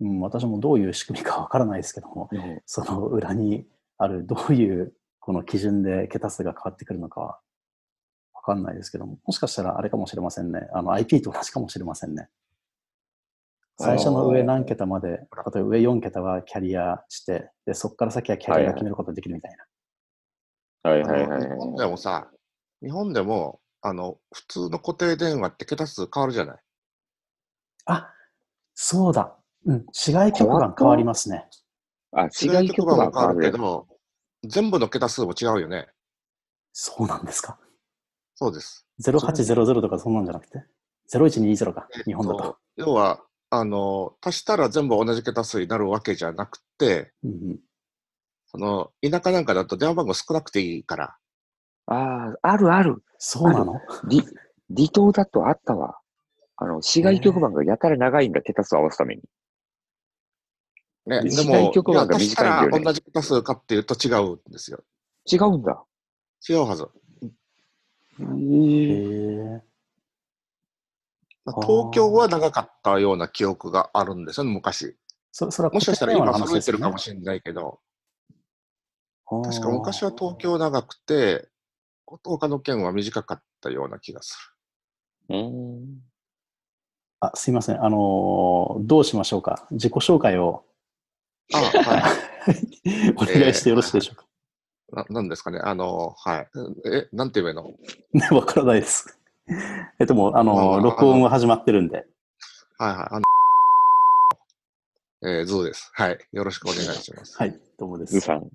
S1: うん、私もどういう仕組みかわからないですけども、その裏にあるどういうこの基準で桁数が変わってくるのかはわかんないですけども、もしかしたらあれかもしれませんね。あの IP と同じかもしれませんね。最初の上何桁まで、例えば上4桁はキャリアして、でそこから先はキャリアが決めることができるみたいな。
S2: はい
S3: あ
S2: はいはい
S3: の日
S2: はい。
S3: 本でもさ、日本でもあの普通の固定電話って桁数変わるじゃない。
S1: あ、そうだ。うん、市外局番変わりますね。
S2: あ、違い曲
S3: 番
S2: が
S3: は変
S2: 変
S3: わ
S2: わ
S3: るけ
S2: る。
S3: ど、全部の桁数も違うよね。
S1: そうなんですか。
S3: そうです。
S1: 0800とかそんなんじゃなくて。0120か、日本だ
S3: えっ
S1: と。
S3: 要はあの、足したら全部同じ桁数になるわけじゃなくて、
S1: うんうん、
S3: その田舎なんかだと電話番号少なくていいから、
S2: ああ、あるある。
S1: そうなの
S2: 離離島だとあったわ。あの、市外局番がやたら長いんだ、桁数を合わすために。
S3: ね、で
S2: 短い
S3: も、
S2: 曲番が
S3: いや足したら
S2: 短いんだよね
S3: 同じ桁数かっていうと違うんですよ。
S2: 違うんだ。
S3: 違うはず。
S1: へ
S2: えー、
S1: え。ー
S3: 東京は長かったような記憶があるんですよね、昔。
S1: そそれは
S3: もしかしたら
S1: 固定電
S3: 今
S1: 話の話
S3: 揃え
S1: ですよ
S3: てる
S1: ね
S3: かもしれないけど、
S1: あー
S3: 確か昔は東京長くて、他の県は短かったような気がす
S2: うん。
S1: あ、すいません。あのーどうしましょうか。自己紹介を
S3: る。あは
S1: お願いしてよろしいでしょうか。
S3: い。 ななんですかね、あの、はい。え、なんて言えばいいの
S1: ね、わからないです。えっと、もう、あ
S3: まあ
S1: のー
S3: まあ
S1: 録音は始まってるんで。
S3: はいはい。あの、えー、ズーです。はい。よろしくお願い します。
S1: はい、どうもです。
S2: ずさん。
S1: ず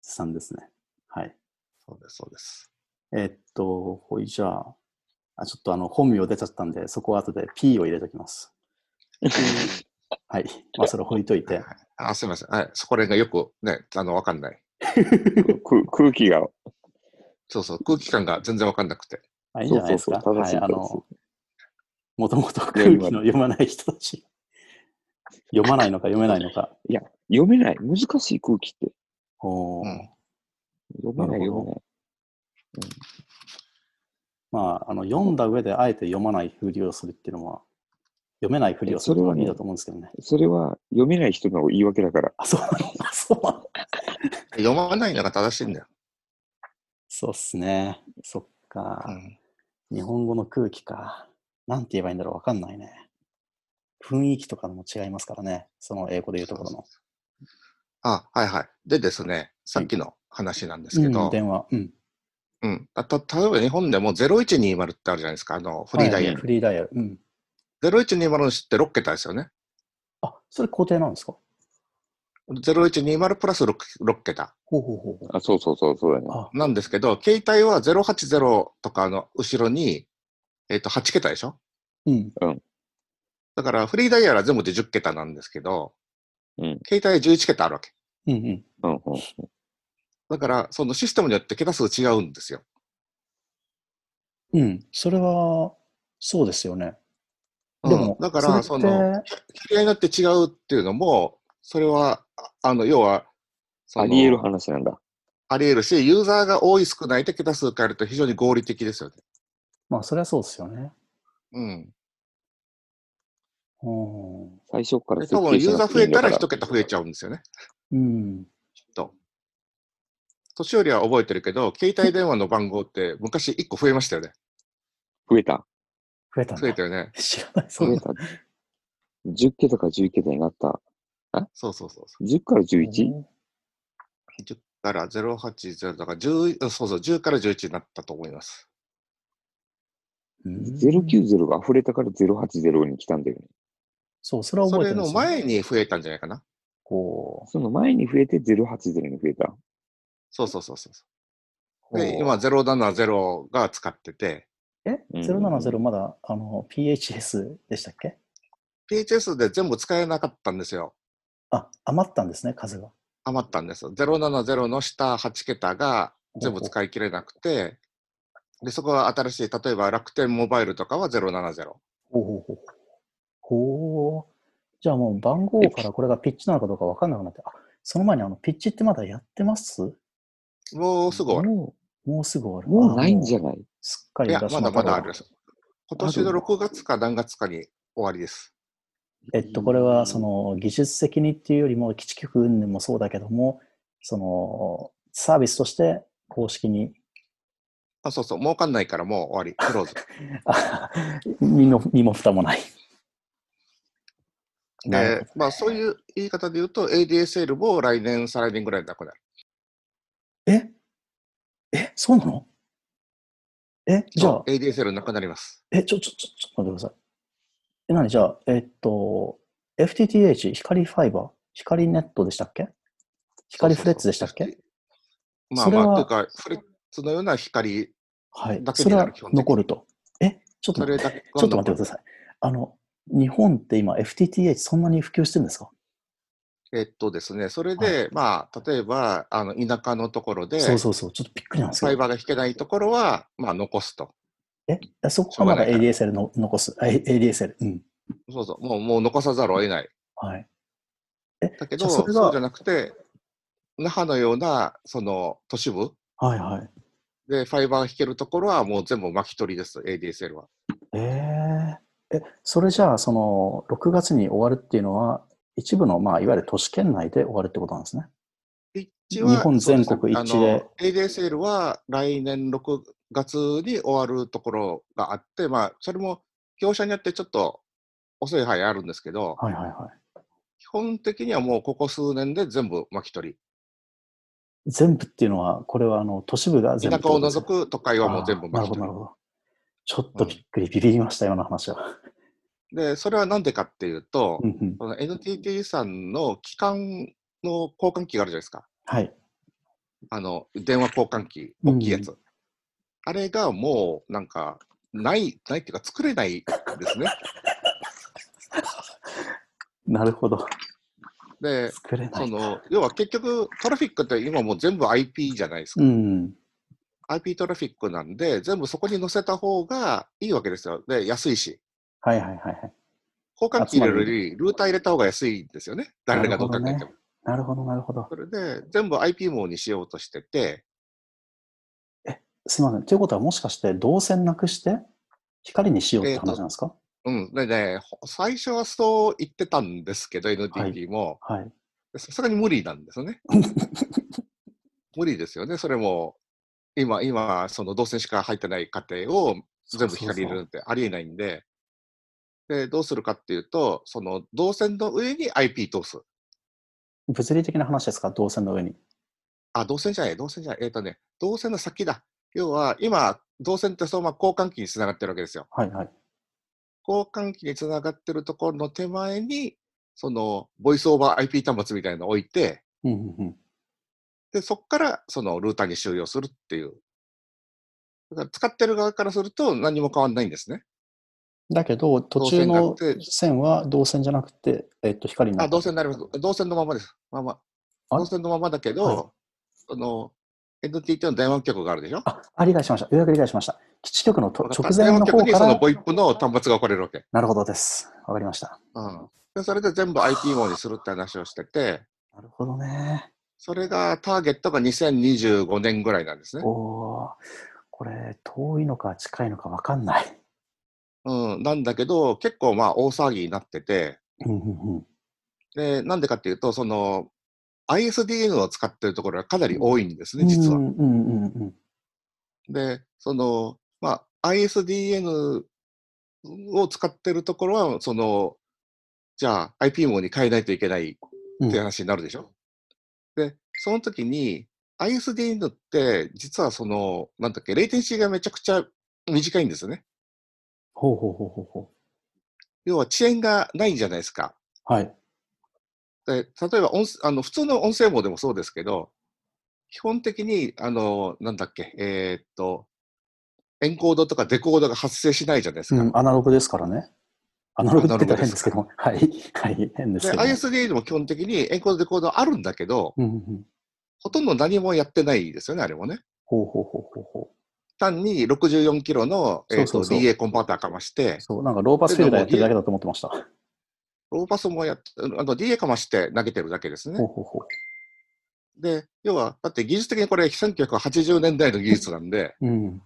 S1: さんですね。はい。
S3: そうです、そうです。
S1: えっと、ほいじゃあ、あちょっとあの、本名出ちゃったんで、そこは後で P を入れときます。はい。まあ、それ置いといて。
S3: あ、すみません。はい。そこら辺がよくね、あの、わかんない。
S2: く空気が。
S3: そうそう。空気感が全然わかんなくて。
S1: あ、いいんじゃないですか。
S2: そうそうそう
S1: は
S2: 正しい
S1: い、あ
S2: 正しい
S1: の、もともと空気の読まない人たち。読まないのか読めないのか。
S2: いや、読めない。難しい空気って。
S1: おー
S3: うん
S2: 読めない、
S1: なるほ
S2: 読
S1: ど
S2: めない。
S1: まあ、あの読んだ上であえて読まないふりをするっていうのは、読めないふりをするの
S2: それは
S1: は
S2: ね
S1: いいだと思うんですけどね。
S2: それは読めない人の言い訳だから。
S1: あ、そうなの そうなの
S3: 読まないのが正しいんだよ。
S1: そうっすね。そっ
S3: う
S1: か。
S3: ん。
S1: 日本語の空気か。なんて言えばいいんだろうわかんないね。雰囲気とかも違いますからね。その英語で言うところの。
S3: あ、はいはい。でですね、さっきの話なんですけ
S1: う
S3: ど、
S1: ん電話。うん。
S3: うん。あた例えば日本でも0120ってあるじゃないですか、あの、フリーダイヤ
S1: はい
S3: ル。
S1: フリーダイヤル。うん。
S3: 0120の知って6桁ですよね。
S1: あ、それ固定なんですか
S3: 0120プラス 6, 6桁
S1: ほうほうほうほう。
S2: あ、そうそうそう、そうだね。
S1: あ、
S3: なんですけど、携帯は080とかの後ろに、えっ、と、8桁でしょ
S1: うん。
S3: だから、フリーダイヤルは全部で10桁なんですけど、
S2: うん
S3: 携帯は11桁あるわけ。
S1: うんうん。
S2: うんうん。
S3: だから、そのシステムによって桁数違うんですよ。
S1: うん。それは、そうですよね。
S3: うん
S1: でも
S3: だか
S1: それっ
S3: ら、
S1: て
S3: その、キャリアになって違うっていうのも、それはあの、要は、その
S2: あり得る話なんだ。
S3: あり得るし、ユーザーが多い少ないで桁数変えると非常に合理的ですよね。
S1: まあ、それはそうですよね。
S3: うん。
S1: うん。
S2: 最初から
S3: で多分ユーザー増えたら一桁増え
S2: ゃ
S3: ちゃうんですよね。
S1: うん。
S3: きっと。年寄りは覚えてるけど、携帯電話の番号って昔1個増えまし たよね。
S2: う。増えた。
S1: 増えたんだ
S3: 増えたよね。
S1: 知らない、そ
S2: 増
S1: う
S2: え
S1: だ。
S2: た。10桁から11桁になった。
S3: そうそうそうそ
S2: 10から 11?、
S3: う。10から080だから10、うんそうそう、10から11になったと思います。
S1: うん
S2: 090が溢れたから080に来たんだよね。
S1: そう、それは
S3: そ
S1: 覚え
S3: れ
S1: てるんで
S3: の
S1: すよ
S3: 前に増えたんじゃないかな。
S1: こう
S2: その前に増えて080に増えた。
S3: そうそうそうそう。
S1: こう。
S3: で、今070が使ってて、
S1: え
S2: うん
S1: ?070 まだ、あの、PHS でしたっけ
S3: PHS で全部使えなかったんですよ。
S1: あ、余ったんですね、数が。
S3: 余ったんです。070の下8桁が全部使い切れなくて、で、そこは新しい、例えば楽天モバイルとかは070。
S1: ほうほうほう。ほう。じゃあもう番号からこれがピッチなのかどうか分かんなくなって、あ、その前にあの、ピッチってまだやってます
S3: もうすぐ終わる。
S2: も
S1: もうすぐ終わる。
S2: う、もうないんじ
S1: ゃ。
S2: ゃない
S1: すっかり
S3: いや、
S1: 出し
S3: ま
S1: ま
S3: だ
S1: った
S3: ま
S1: けど
S3: だあるです。今年の6月か何月かに終わりです。
S1: えっと、これはそ、の技術的にっていうよりも、基地局運営もそうだけども、そのサービスとして公式に、
S3: あ、そうそう、儲かんないからもう終わり。クローズ。
S1: あ身の身も蓋もない。 なるほ
S3: で
S1: ど、
S3: まあそういう言い方で言うと、ADSL も来年、再来年ぐらいでなくなる。
S1: ええそうなのえじゃあ
S3: そう、ADSL なくなります。
S1: え、ちょ、ちょ、ちょ、ちょっと待ってください。え、なにじゃあ、えっと、FTTH、光ファイバー、光ネットでしたっけ光フレッツでしたっけ
S3: そうそうそ
S1: そ
S3: う
S1: れ
S3: まあ
S1: は
S3: まあ、というか、フレッツのような光、
S1: はい
S3: だ。け
S1: そ
S3: に
S1: れ
S3: な
S1: は
S3: る基本的に
S1: 残ると。え、ちょっと
S3: そ
S1: 待
S3: れ
S1: って、
S3: だけ
S1: ちょっと待ってください。あの、日本って今 FTTH そんなに普及してるんですか
S3: えっとですね、それで、まあ、例えば、あの、田舎のところで、
S1: そうそうそう。ちょっとびっくりなんです
S3: ファイ
S1: よ。
S3: バーが引けないところは、まあ、残すと。
S1: え、そこはまだ
S3: しょうが
S1: ADSL の残す。あ ADSL。うん。
S3: そうそう、もう、もう残さざるを得ない。
S1: はい。
S3: だけ
S1: じ
S3: ど、
S1: ゃあそ
S3: そ
S1: れ
S3: う
S1: が
S3: じゃなくて、那覇のような、その、都市部
S1: はいはい。
S3: で、ファイバーが引けるところは、もう全部巻き取りです、ADSL は。
S1: えー、え、それじゃあ、その、6月に終わるっていうのは、一部の、まあ、いわゆる都市圏内で終わるってことなんですね。
S3: 一
S1: 日本全国一
S3: そう
S1: で
S3: ですねあの ADSL は来年6月に終わるところがあって、まあ、それも業者によってちょっと遅い範囲あるんですけど、
S1: はいはいは
S3: 基本的にはもうここ数年で全部巻き取り。
S1: い。全部っていうのは、これは、あの、都市部が全部
S3: 田
S1: って
S3: 舎
S1: こ
S3: を
S1: とですよ
S3: 除く都会はもう全部
S1: あーなる
S3: 巻き
S1: ほど、な
S3: 取
S1: る。
S3: り
S1: ほど。ちょっとびっくり、ビビりましたような話は。
S3: で、それはなんでかっていうと
S1: う、んうん。
S3: その NTT さんの機関の交換機があるじゃないですか。
S1: はい。
S3: あの、電話交換機、大きいやつ。あれがもう、なんか、ない、ないっていうか作れないですね。
S1: なるほど。
S3: で、
S1: 作れな
S3: そ
S1: い。
S3: の要は結局、トラフィックって今もう全部 IP じゃないですか。
S1: うん。
S3: IP トラフィックなんで、全部そこに載せた方がいいわけですよ。で、安いし。
S1: はいはいはいはい。
S3: 交換機入れるより、ルーター入れた方が安いんですよね。誰がどう考えても。
S1: なるほなるほど、なるほど。
S3: それで、全部 IP 網にしようとしてて、
S1: すいません。ということは、もしかして、動線なくして、光にしようって話なんですか、
S3: うん。でね、ほ最初はそう言ってたんですけど、NTT も。
S1: はい。
S3: さすがに無理なんですよね。無理ですよね。それも、今、今、その動線しか入ってない家庭を全部光入れるなんてありえないんで、で、どうするかっていうと、その動線の上に IP 通す。
S1: 物理的な話ですか動線の上に。
S3: あ、動線じゃない、動線じゃない、えっ、とね、動線の先だ。要は、今、動線ってそのまま交換機につながってるわけですよ。
S1: はいはい。
S3: 交換機につながってるところの手前に、その、ボイスオーバー IP 端末みたいなのを置いて、
S1: うんうんうん。
S3: で、そこからそのルーターに収容するっていう。だから使ってる側からすると何も変わんないんですね。
S1: だけど、途中の
S3: 動線があって
S1: 線は動線じゃなくて、えっと、光にな
S3: あ、
S1: った
S3: 動線になります。動線のままです。まま。
S1: あ
S3: 動線のままだけど、
S1: はい
S3: その、NTT の電話局があるでしょ
S1: あ、あ理解しました。ようやく理解しました。基地局のと直
S3: 電
S1: 前
S3: 話
S1: の
S3: 局
S1: 方
S3: に
S1: か
S3: その
S1: ら、
S3: VoIP の端末が置かれるわけ。
S1: なるほどです。わかりました。
S3: うん。で、それで全部 IP 網にするって話をしてて、
S1: なるほどね。
S3: それがターゲットが2025年ぐらいなんですね。
S1: おーこれ、遠いのか近いのか分かんない。
S3: うん、なんだけど、結構まあ大騒ぎになってて、
S1: うんうんうん
S3: で、なんでかっていうと、その、ISDN を使ってるところがかなり多いんですね、実は
S1: う。んうんうんうん
S3: で、その、まあ、ISDN を使ってるところは、その、じゃあ IP 網に変えないといけない
S1: うん。
S3: って話になるでしょ。で、その時に ISDN って実はその、なんだっけ、レイテンシーがめちゃくちゃ短いんですよね。
S1: ほうほうほうほうほ
S3: 要は遅延がないじゃないですか。
S1: う。はい。
S3: で例えば音あの普通の音声網でもそうですけど、基本的に、あの、なんだっけ、えーっと、エンコードとかデコードが発生しないじゃないです
S1: う
S3: か。
S1: ん、アナログですからね。アナログって言ったら変ですけども。はい。はい。変です
S3: で、
S1: けども。
S3: ISDN も基本的にエンコードデコードあるんだけど、
S1: うんうんうん。
S3: ほとんど何もやってないですよね、あれもね。
S1: ほうほうほうほうほ
S3: 単に64キロの、えーっ
S1: そう
S3: と
S1: そうそう
S3: DA コンパーターかまして
S1: う。、そう、なんかローパスフィルターやってるだけだと思ってました。ほ
S3: ローパスもやっあの DA かまして投げてるだけです
S1: う
S3: ね。
S1: ほうほ
S3: で、要は、だって技術的にこれ1980年代の技術なんで、
S1: う。うん。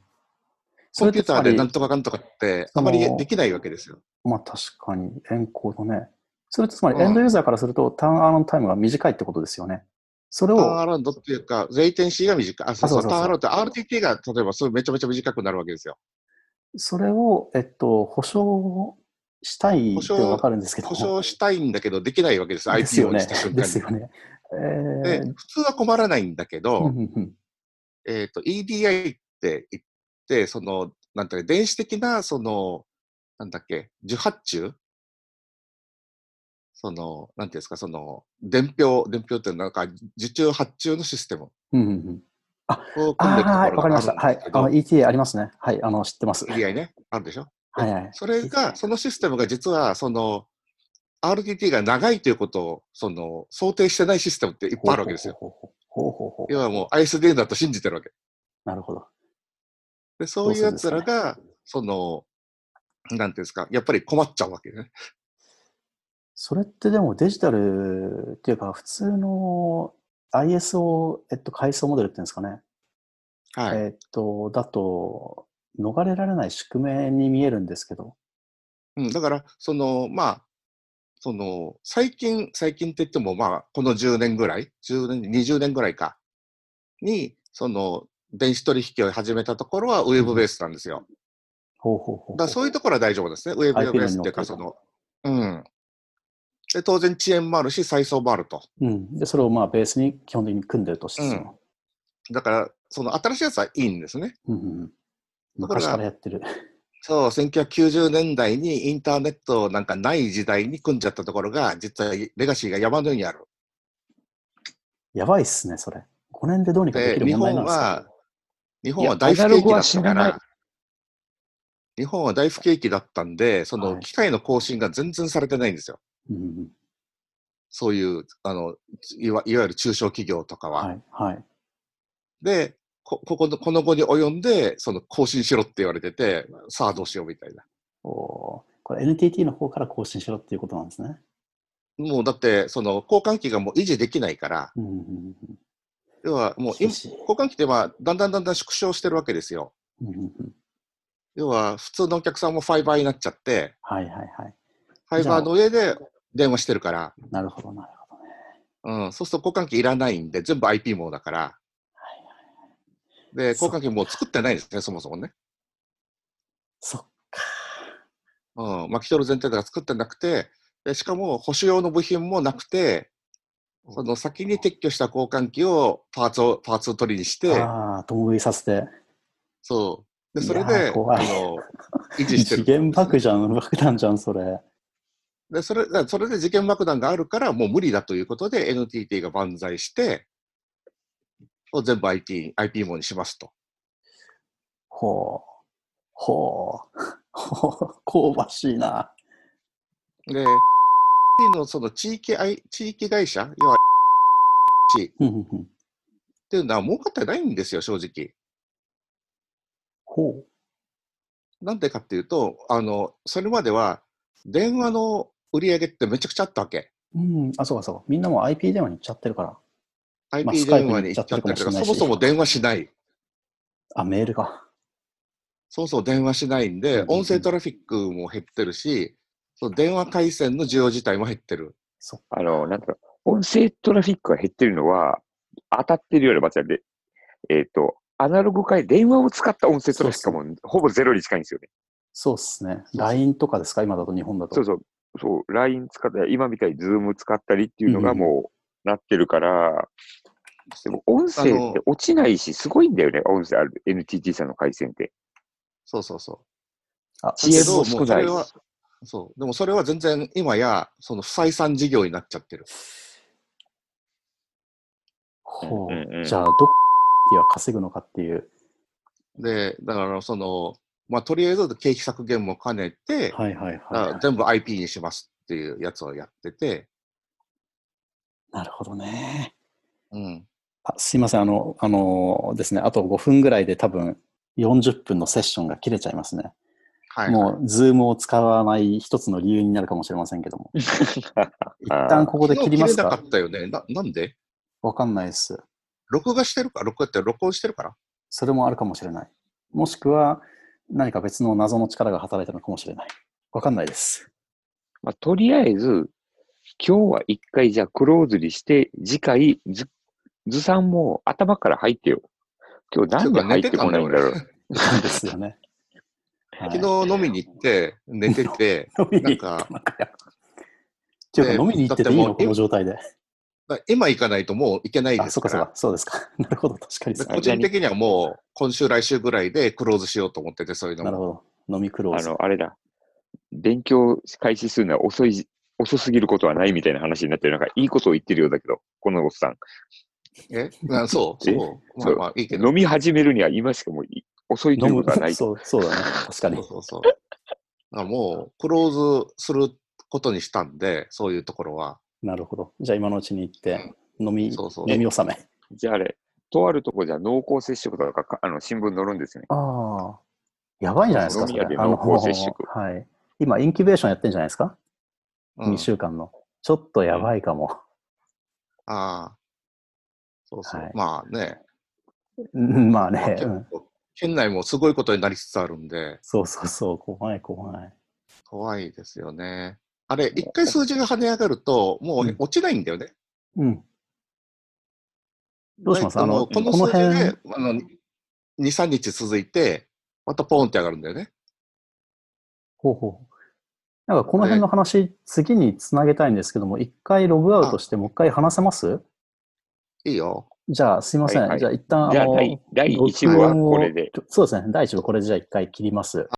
S3: コンピ
S1: それっ
S3: ューターで
S1: てつまり
S3: なんとかかんとかって
S1: そ
S3: あ
S1: の
S3: まりできないわけですよ。
S1: まあ確かに、エンコードね。それってつまり
S3: うん
S1: エンドユーザーからすると、ターンアラウンドタイムが短いってことですよね。それ
S3: ターンア
S1: を、
S3: ラウンドっていうか、レイテンシーが短い。あ、そうそう
S1: あそうそうそう
S3: ターンアラウンドって RTT が例えばそうめちゃめちゃ短くなるわけですよ。
S1: それを、えっと、保証したいってわかるんですけども。
S3: 保証したいんだけどできないわけです。
S1: ですよ
S3: IPO に
S1: ね
S3: した瞬。間
S1: で
S3: に
S1: す。よね。え
S3: で
S1: ー、
S3: 普通は困らないんだけ
S1: うんう
S3: ど、
S1: んうん。
S3: えっと、EDI って言って、その、なんていうか電子的な、その、なんだっけ、受発注その、なんていうんですか、その、伝票、伝票っていうのはなんか、受注発注のシステム
S1: うんうんうん。
S3: を組ん
S1: あ
S3: でいくところが
S1: あー、わかりました。
S3: あ
S1: は
S3: る
S1: い
S3: んですけ。ど
S1: あの、ETA ありますね。はい。あの、知ってます。
S3: EDI ね、あるでしょ
S1: はいはい。
S3: それが、そのシステムが実は、その、RTT が長いということを、その、想定してないシステムっていっぱいあるわけですよ。
S1: ほうほうほうほう。ほうほうほ
S3: 要はもう ISDN だと信じてるわけ。
S1: う。なるほど。
S3: で、そういう奴らが、その、なんていうんですか、やっぱり困っちゃうわけね。
S1: それってでもデジタルっていうか、普通の ISO、えっと、階層モデルっていうんですかね。
S3: はい。
S1: えっと、だと、逃れられない宿命に見えるんですけど。
S3: うん、だから、その、まあ、その、最近、最近って言っても、まあ、この10年ぐらい、10年、20年ぐらいか、に、その、電子取引を始めたところはウェブベースなんですよ。
S1: ほうほうほうほう。
S3: だからそういうところは大丈夫ですね。ウェブ
S1: IP
S3: ベースっていうか、
S1: の
S3: その、うん。で、当然遅延もあるし、再送もあると。
S1: うん。で、それをまあ、ベースに基本的に組んでるとしつつも。
S3: だから、その新しいやつはいいんですね。
S1: うんうんうん。
S3: だから
S1: 昔からやってる。
S3: そう、1990年代にインターネットなんかない時代に組んじゃったところが、実はレガシーが山のようにある。
S1: やばいっすね、それ。5年でどうにかで
S3: で
S1: きる
S3: 日
S1: 問題な
S3: 本
S1: んですか
S3: は、日本は大不景気だったか
S2: いやアナログは死なない
S3: ら、日本は大不景気だったんで、その
S1: はい
S3: 機械の更新が全然されてないんですよ。
S1: うんうんうん
S3: そういう、あの、いわいわゆる中小企業とかは。
S1: はい。はい。
S3: で、こ、ここの、この後に及んで、その更新しろって言われてて、さあどうしようみたいな。
S1: おーこれ NTT の方から更新しろっていうことなんですね。
S3: もうだって、その交換機がもう維持できないから、
S1: うんうんうんうん
S3: 要はもう今、
S1: 厳しい
S3: 交換機ってまあ、だんだんだんだん縮小してるわけですよ。
S1: うんうんうん
S3: 要は、普通のお客さんもファイバーになっちゃって、
S1: はいはいはい。
S3: ファイバーの上で電話してるから、
S1: なるほどなるほどね。
S3: うん、そうすると交換機いらないんで、全部 IP 網だから。で、
S1: そ
S3: 交
S1: っか
S3: 換機もう作ってないですね、そもそもね。
S1: そっか。
S3: うん、巻き取る前提だから作ってなくて、でしかも保守用の部品もなくて、その先に撤去した交換機をパーツを、パーツを取りにして、
S1: ああ、共食いさせて。
S3: そう。で、そ
S1: い
S3: れ
S1: や
S3: で、
S1: ー
S3: あ
S1: 怖い
S3: の、維持して
S1: 次
S3: る。
S1: 元爆じゃん、爆弾じゃん、それ。
S3: で、それ、だからそれで事件爆弾があるから、もう無理だということで、NTT が万歳して、を全部 IT、IP 網にしますと。
S1: ほう。ほう。ほう。香ばしいな。
S3: で、のその地域あい地域会社、要は、っ
S1: うんうんうん
S3: ていうのは儲かってないんですよ、正直。
S1: ほう。
S3: なんでかっていうと、あの、それまでは電話の売り上げってめちゃくちゃあったわけ。
S1: うん、あ、そうかそうか。みんなもう IP 電話に行っちゃってるから。まあ
S3: IP
S1: スカイ
S3: 電
S1: プに行
S3: 話に
S1: っち
S3: 行
S1: ゃ
S3: っ
S1: っ
S3: ちゃ
S1: て
S3: っ
S1: るかも
S3: てるか
S1: し
S3: ら、
S1: れない
S3: そ
S1: し
S3: もそも電話しない。
S1: あ、メールか。
S3: そもそも電話しない
S1: う
S3: ん
S1: ん
S3: で、
S1: うんうん
S3: 音声トラフィックも減ってるし、その電話回線の需要自体も減ってる。
S1: そっか
S2: あの、なんか、音声トラフィックが減ってるのは、当たってるような街なんで、えっ、と、アナログ界、電話を使った音声トラフィックがもうほぼゼロに近いんですよね。
S1: そうっすね。LINE とかですか今だと日本だと。
S2: そうそう、そう、LINE 使ったり、今みたいに Zoom 使ったりっていうの
S1: う
S2: が
S1: ん
S2: もうなってるから、でも音声
S3: あの
S2: って落ちないし、すごいんだよね、音声ある、NTT さんの回線って。
S3: そうそうそ
S1: あ
S2: 遅延も少な
S3: け
S2: い
S3: どもうそれは
S2: し。
S3: う。そう。でもそれは全然今や、その不採算事業になっちゃってる。
S1: ほ
S2: うんうんうん
S1: う。じゃあ、どこは稼ぐのかっていう。
S3: で、だからその、まあとりあえず経費削減も兼ねて、
S1: はいはいは
S3: だ
S1: い、
S3: か
S1: は
S3: ら全部 IP にしますっていうやつをやってて、
S1: い。なるほどね。
S3: うん。
S1: あすいません、あの、あのですね、あと5分ぐらいで多分40分のセッションが切れちゃいますね。
S3: はい、
S1: もう、ズームを使わない一つの理由になるかもしれませんけども。 一旦ここで切ります
S3: 昨日切れな
S1: か
S3: かったよね。ななんで
S1: わかんないです。
S3: 録画してるから録画って録音してるから
S1: それもあるかもしれない。もしくは、何か別の謎の力が働いたのかもしれない。わかんないです。
S2: まあ、とりあえず、今日は一回じゃあクローズにして、次回、ず、ずさんも頭から入ってよ。今日なんで入ってこないんだろう。
S1: ですよね。はい
S3: 昨日飲みに行って、寝 てて、
S1: 飲みに行ったのかよ。っていうか、飲みに行ってていい
S3: だっても
S1: の
S3: う
S1: この状態で。
S3: だから今行かないともう行けない
S1: あ、
S3: で
S1: そ
S3: す
S1: うか
S3: か
S1: そう
S3: ら
S1: か。。そうですか。 なるほど。確かにそう
S3: で個人的にはもう今週来週ぐらいでクローズしようと思ってて、そういうの
S1: なる
S3: も。
S1: ほど。飲みクロー
S2: あ
S1: ズ。
S2: の、あれだ。勉強開始するのは遅い、遅すぎることはないみたいな話になってる。なんかいいことを言ってるようだけど、このおっさん。
S3: え なそう、
S2: え
S3: そう。まあまあいいけど。
S2: 飲み始めるには今しかもうい遅いと
S1: 飲
S2: いうこ
S1: む
S2: とはな い。
S1: そうそうだね。確か
S3: そ
S1: に
S3: う。そうそう。だからもうクローズすることにしたんで、そういうところは。
S1: なるほど。じゃあ今のうちに行って、飲み、
S3: そうそう
S1: 飲み納め。
S2: じゃああれ、とあるとこじゃ濃厚接触とかかあの新聞載るんですね。
S1: ああ。やばいんじゃないですか、
S2: 飲
S1: そ
S2: み
S1: れ
S2: 屋で。
S1: あの
S2: 濃厚接触
S1: はい。今、インキュベーションやってんじゃないですか、
S3: うん
S1: ?2 週間の。ちょっとやばいかも。
S3: ああ。そうそう。
S1: はい
S3: まあね、
S1: うん まあ
S3: まあ
S1: ね、
S3: 結
S1: うん
S3: 構県内もすごいことになりつつあるんで、
S1: そうそうそう、怖い怖い。
S3: 怖いですよね。あれ、一回数字が跳ね上がると、も
S1: うん
S3: う落ちないんだよね。
S1: うん。どうします
S3: で
S1: あの
S3: この
S1: この
S3: 数字
S1: 辺
S3: で、あの、2、3日続いて、またポーンって上がるんだよね。
S1: ほうほうほう。なんかこの辺の話、次につなげたいんですけども、一回ログアウトして、もう一回話せます
S3: いいよ。
S1: じゃあ、すいません。
S2: はいはい
S1: じゃあ、一旦、
S2: じゃあ
S1: あの
S2: 第、第1部はこれで。
S1: 録音をそうですね。第1部これでじゃあ一回切ります。